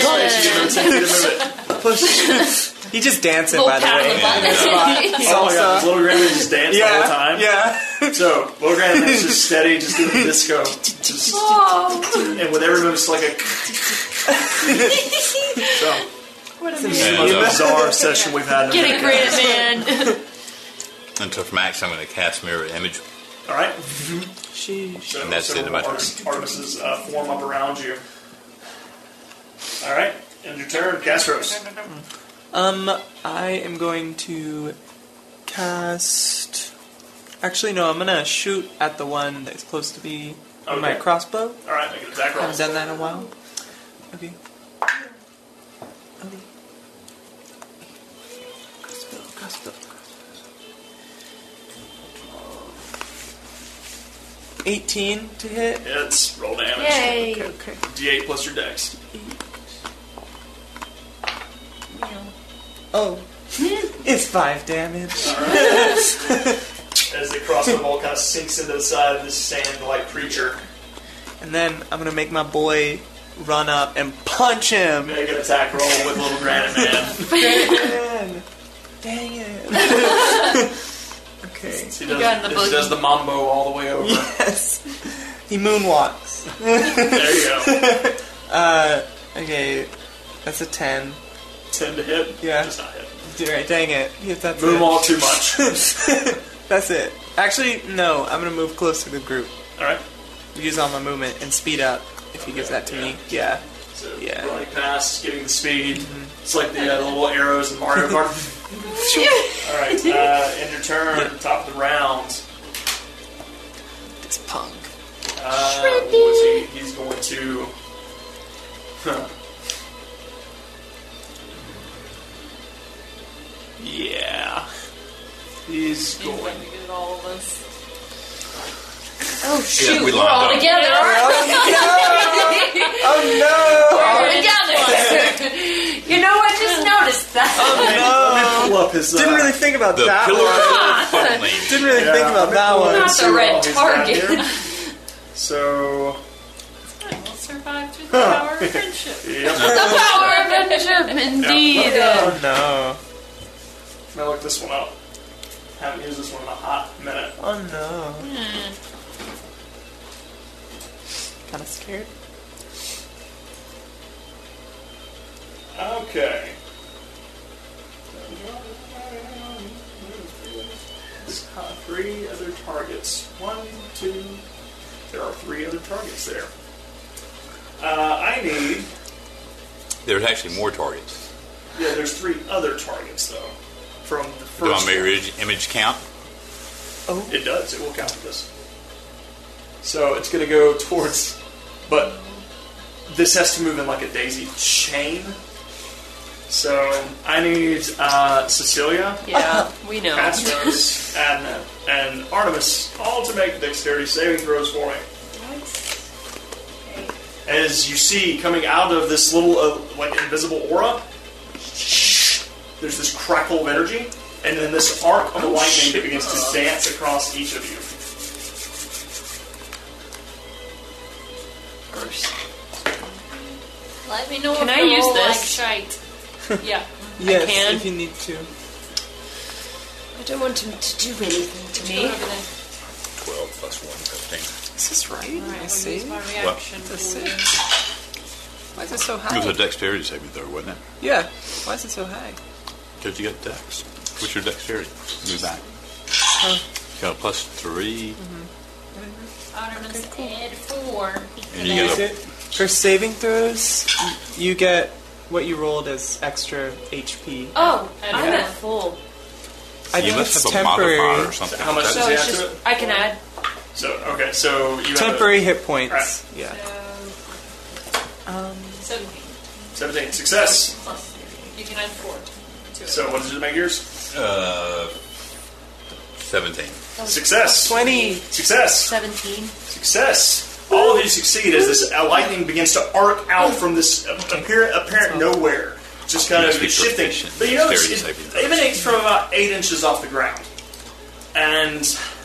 Nice, you get another 10 feet of movement.
He's just dancing, by
Little
the
pat on the
way.
butt.
Oh my god, this little grand man just danced the whole
Yeah,
time.
yeah.
So, little grand man is just steady, just doing the disco. Just,
Oh.
and with every move, it's like a. So,
What a man.
this is the
Yeah,
most
no.
bizarre session we've had in a
Get it,
minute.
great man.
And so from action, I'm gonna cast Mirror Image.
Alright.
Sheesh.
So,
And that's
so
the end of my turn.
Artemis- Artemis's uh, form up around you. Alright, end your turn. Gastros.
Um, I am going to cast. Actually, no, I'm gonna shoot at the one that's close to be my
Okay.
crossbow.
Alright, make an attack
I
roll.
haven't done that in a while. Okay. Okay. Crossbow, crossbow, crossbow. Eighteen to hit.
It's roll damage.
Yay.
D8 plus your dex.
Oh, it's five damage.
As the crossbow bolt kind of sinks into the side of this sand-like creature.
And then I'm gonna make my boy run up and punch him.
Make an attack roll with little Granite Man.
Dang it. okay.
He
got in the
does,
boogie.
he does the mambo all the way over.
Yes. He moonwalks.
There you go.
Uh, okay. That's a 10.
10 to hit.
Yeah.
Just not hit.
Alright, dang it. Yep, that's
Moonwalk too much.
it. that's it. Actually, no. I'm gonna move close to the group.
Alright.
Use all my movement and speed up if he gives that to me. Yeah.
So
Yeah.
running past, getting the speed. It's like the, uh, the little arrows in Mario Kart. Alright, uh, end your turn, top of the round.
This punk.
Uh, what was he, he's going to. Huh. Yeah. He's
You
going.
wouldn't get all of us.
Oh shoot,
we
we're
lined
all
up.
together.
Oh
We're together. you know, I just noticed
Oh,
that.
Oh, no!
Pull up his. Uh,
Didn't really think about
The
that
pillar
one.
of funny.
Didn't really
Yeah.
think about that
Not
one.
Not
see
the
where all
red
these down
target.
here. So.
I will survive through the power of friendship.
Yep.
the power of friendship, indeed.
Yeah.
Oh no.
Now look this one up. Haven't used this one in a hot minute.
Oh no. Hmm. Kinda scared.
Okay. Three other targets. One, two. There are three other targets there. Uh, I need.
There's actually more targets.
Yeah, there's three other targets though. From the
Do I
first.
make image, image count?
one. It does. It will count for this. So it's going to go towards, but this has to move in like a daisy chain. So I need uh, Cecilia.
Yeah, we know.
Astros and, and Artemis all to make dexterity saving throws for me. As you see coming out of this little uh, like invisible aura, there's this crackle of energy, and then this arc of lightning that begins to dance across each of you.
Let me know
Can
if
I
you
use
roll
this?
like shite.
Yeah.
Yes,
can.
if you need to.
I don't want him to do anything to me.
12 plus 1, 15.
Is this right? I see.
My reaction.
That's
pool
it.
is-
Why is it so
It
high?
was a dexterity saving throw, wasn't it?
Yeah. Why is it so high?
Because you got dex. What's your dexterity? Move back. You got a plus 3.
Artemis add four.
And you get a,
For saving throws, you get what you rolled as extra HP.
Oh,
I
I'm
don't
at
know.
full.
I
you
think
must
it's
have a
temporary.
modifier or something.
How much is
That-
So
it
it's
after
just
it?
I can add.
So okay, so you have
Temporary hit points.
Right.
Yeah.
Um, So
a seventeen success.
you can add four. to it.
So what does it make yours?
Uh, 17.
Success.
Twenty.
Success.
17.
Success. All of you succeed as this uh, lightning begins to arc out from this uh, apparent, apparent nowhere. Just kind of
Must be
shifting.
proficient.
But you notice
Dexterity
it
saving throws.
emanates from about eight inches off the ground. And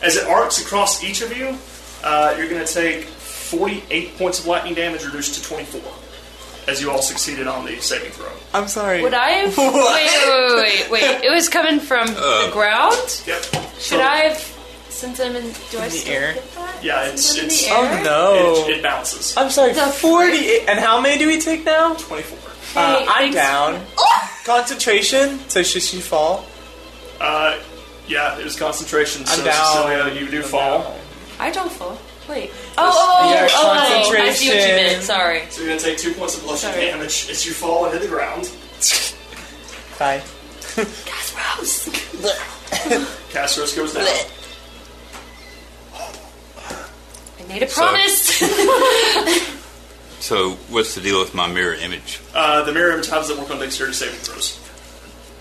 as it arcs across each of you, uh, you're going to take 48 points of lightning damage reduced to 24 as you all succeeded on the saving throw.
I'm sorry.
Would I have? wait, wait, wait, wait,
Uh.
wait. It was coming from the ground.
Yep.
Should I have? Since I'm in, do
the
I still
air?
get that?
Yeah, it's-
Since I'm in
it's-
the
Oh
air?
no.
It, it bounces.
I'm sorry.
The
Forty. And how many do we take now?
24.
Uh, I'm
thanks.
down. Concentration. So should she fall?
Uh, yeah, it was concentration.
I'm
so
down.
Cecilia, you do fall.
I don't fall. Wait. Oh, oh,
Yeah,
oh, oh, I see what you
concentration.
meant. Sorry.
So you're gonna take two points of bludgeoning
Sorry.
damage as you fall and hit the ground.
Bye.
Castros goes down.
I made a promise.
So, what's the deal with my mirror image?
Uh, the mirror image times that work on dexterity saving throws.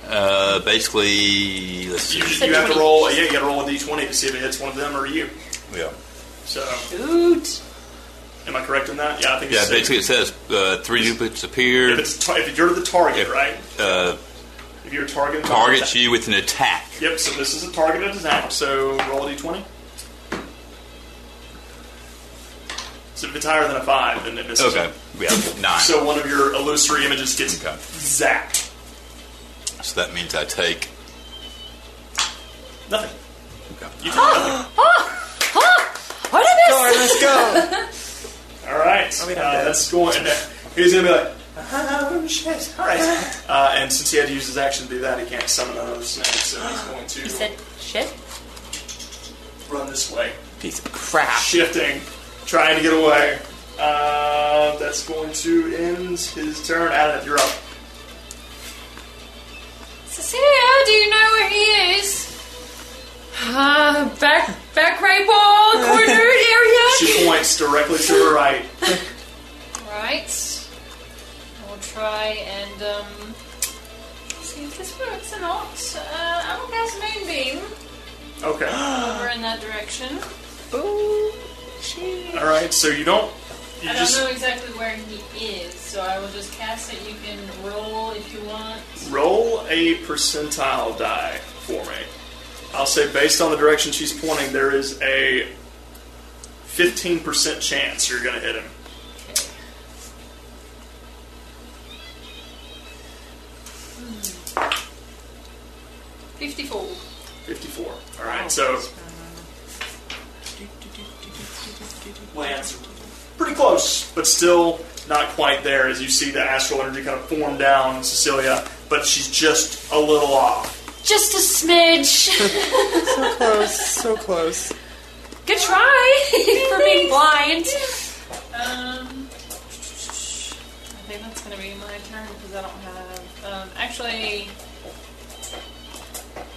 Uh, basically, let's
You,
see.
you have to roll. Yeah, you got to roll a d20 to see if it hits one of them or you.
Yeah.
So,
Dude.
am I correct in that? Yeah, I think.
Yeah,
it's
basically it says uh, three duplicates
If
appear,
it's tar- if you're the target,
If-
right?
uh,
If you're targeting
targets you with an attack.
Yep. So this is a targeted attack. So roll a d20. So if it's higher than a five, then it misses.
Okay, yeah, nine. So,
So one of your illusory images gets
Okay.
zapped.
that means I take.
Nothing.
Okay.
You take nothing.
Go on, let's go.
All right. Uh,
Oh, we don't do it.
that's going. And uh, he's gonna be like, oh shit. All right. Uh, and since he had to use his action to do that, he can't summon another snake, so he's going to
You said shit.
run this way,
Piece of crap.
shifting, trying to get away. Uh, that's going to end his turn. Adam, you're up.
Cecilia, do you know where he is?
Uh, back, back right wall, cornered area.
She points directly to her right.
Right. We'll try and um, see if this works or not. Uh, I'm gonna cast Moonbeam
Okay.
over in that direction.
All right. So you don't. You
I don't
just
know exactly where he is, so I will just cast it. You can roll if you want.
roll a percentile die for me. I'll say based on the direction she's pointing, there is a 15% chance you're going to hit him.
Fifty-four.
54. All right, so lands pretty close, but still not quite there. As you see the astral energy kind of form down Cecilia, but she's just a little off.
Just a smidge.
So close. So close.
Good try for being blind.
Um, Okay, that's gonna be my turn because I don't have. Um, actually,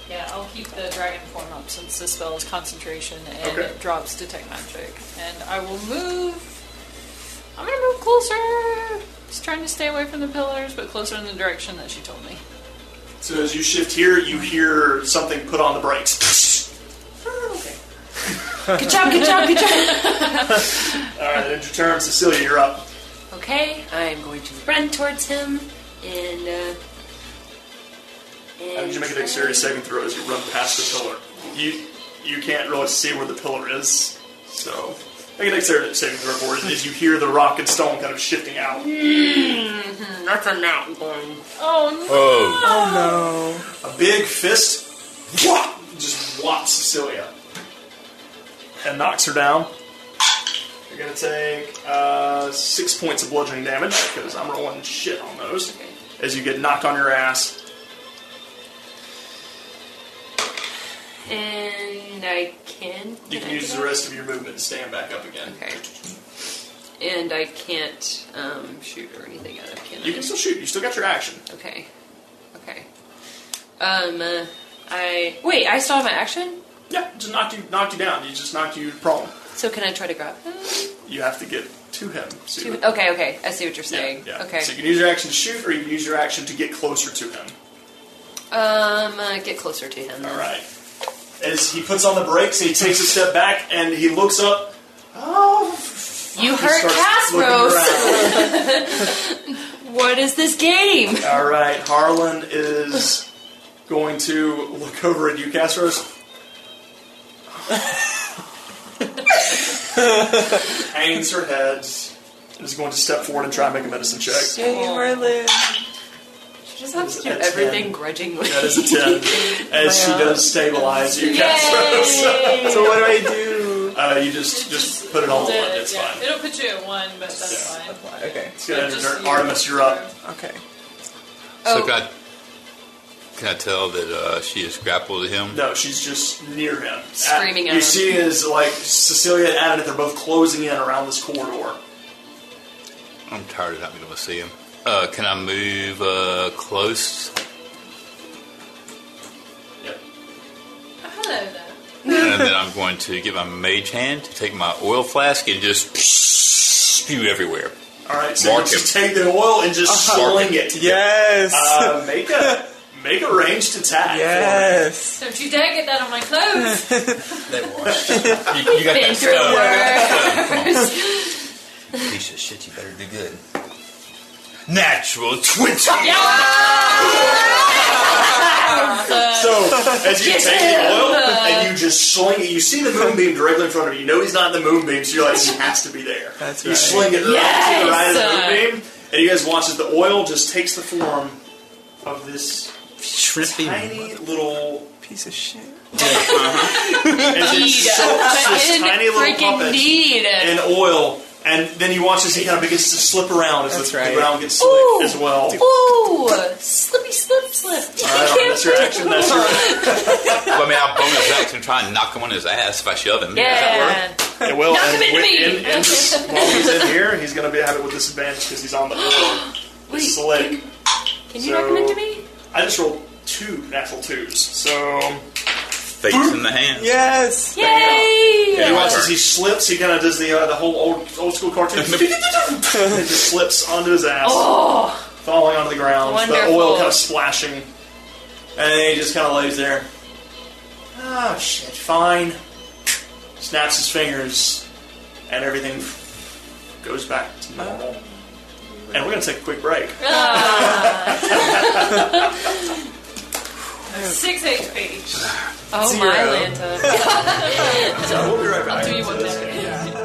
yeah, I'll keep the dragon form up since the spell is concentration and
Okay.
it drops detect magic. And I will move. I'm gonna move closer. Just trying to stay away from the pillars, but closer in the direction that she told me.
So as you shift here, you hear something put on the brakes.
Good job, good job, good job.
All right, that ends your turn, Cecilia. You're up.
okay, I am going to run towards him and. Uh,
How did you make a dexterity saving throw as you run past the pillar? You you can't really see where the pillar is, so make a dexterity saving throw for it as you hear the rock and stone kind of shifting out.
That's a not going.
Oh
Oh,
Oh
A big fist whop, just whops Cecilia and knocks her down. You're gonna take uh, six points of bludgeoning damage because I'm rolling shit on those as you get knocked on your ass.
And I can.
You can
I
use
do
the
that?
rest of your movement to stand back up again.
Okay. And I can't um, shoot or anything at him, can
You
I?
can still shoot. You still got your action.
Okay. Okay. Um, uh, I. Wait, I still have my action?
Yeah, just knocked you, knocked you down. You just knocked you prone.
So can I try to grab him?
You have to get to him. So you-
Okay, okay. I see what you're
yeah,
saying.
yeah.
Oh, Okay.
So you can use your action to shoot, or you can use your action to get closer to him.
Um, uh, get closer to him. then.
All right. As he puts on the brakes, he takes a step back and he looks up. Oh, fuck,
You
he
hurt
starts
Casperos.
looking
What is this game?
around. All right, Harlan is going to look over at you, Casperos. Hangs her head and is going to step forward and try and make a medicine check.
no. Yay, Merlin.
She just has to do
That's
everything
him.
grudgingly.
That is a 10. As she does stabilize you, Casperos.
So what do I do?
uh, you just just put it all on.
Did it,
It's
yeah.
fine.
It'll put you at one, but that's
Yeah.
fine.
Okay.
It's gonna end your
Just
turn.
you-
Artemis, you're up.
Okay.
So
Oh.
can I, can I tell that uh, she has grappled him?
No, she's just near him. at,
Screaming at
You
him.
see is like Cecilia and Adam, they're both closing in around this corridor.
I'm tired of not being able to see him. Uh, can I move uh, close?
Yep.
Hello there.
and then I'm going to get my mage hand, take my oil flask, and just spew everywhere.
Alright, so
Mark
you just
him.
take the oil and just
Uh-huh.
sling it.
Yes.
Uh, make a make a ranged attack.
yes.
Don't you dare get that on my clothes!
They washed. you, you got
Been
that
through
spell.
worse.
Piece of shit, you better do good. Natural 20!
So as you take the oil and you just sling it, you see the moonbeam directly in front of you. You know he's not in the moonbeam, so you're like, he has to be there.
That's
you
right.
sling it right to the right of the moonbeam, and you guys watch as the oil just takes the form of this tiny little
Piece of shit.
as it soaks this tiny little puppet
need.
in oil, and then you watch as he kind of begins to slip around as
That's
the,
right.
the ground gets slick
Ooh.
as well.
Ooh, slippy slip slip.
All right, that's your action. That's your
Well, I mean, I'll bonus action try and knock him on his ass if I shove him.
Yeah.
it will.
Knock him
and
into
with-
me.
in- in this- while he's in here, he's going to be have it with disadvantage because he's on the oil.
Wait,
It's slick.
Can you recommend
So-
to me?
I just rolled two natural twos, so
Face in the hand.
Yes.
Yay!
you watch
turn.
as he slips. He kind of does the uh, the whole old old school cartoon. and just slips onto his ass.
Oh,
falling onto the ground, the
Wonderful.
oil kind of splashing, and then he just kind of lays there. Oh shit! Fine. Snaps his fingers, and everything goes back to normal. And we're gonna take a quick break.
Six HP.
oh my Lanta.
So we'll be right back.
Do you want that?
Yeah.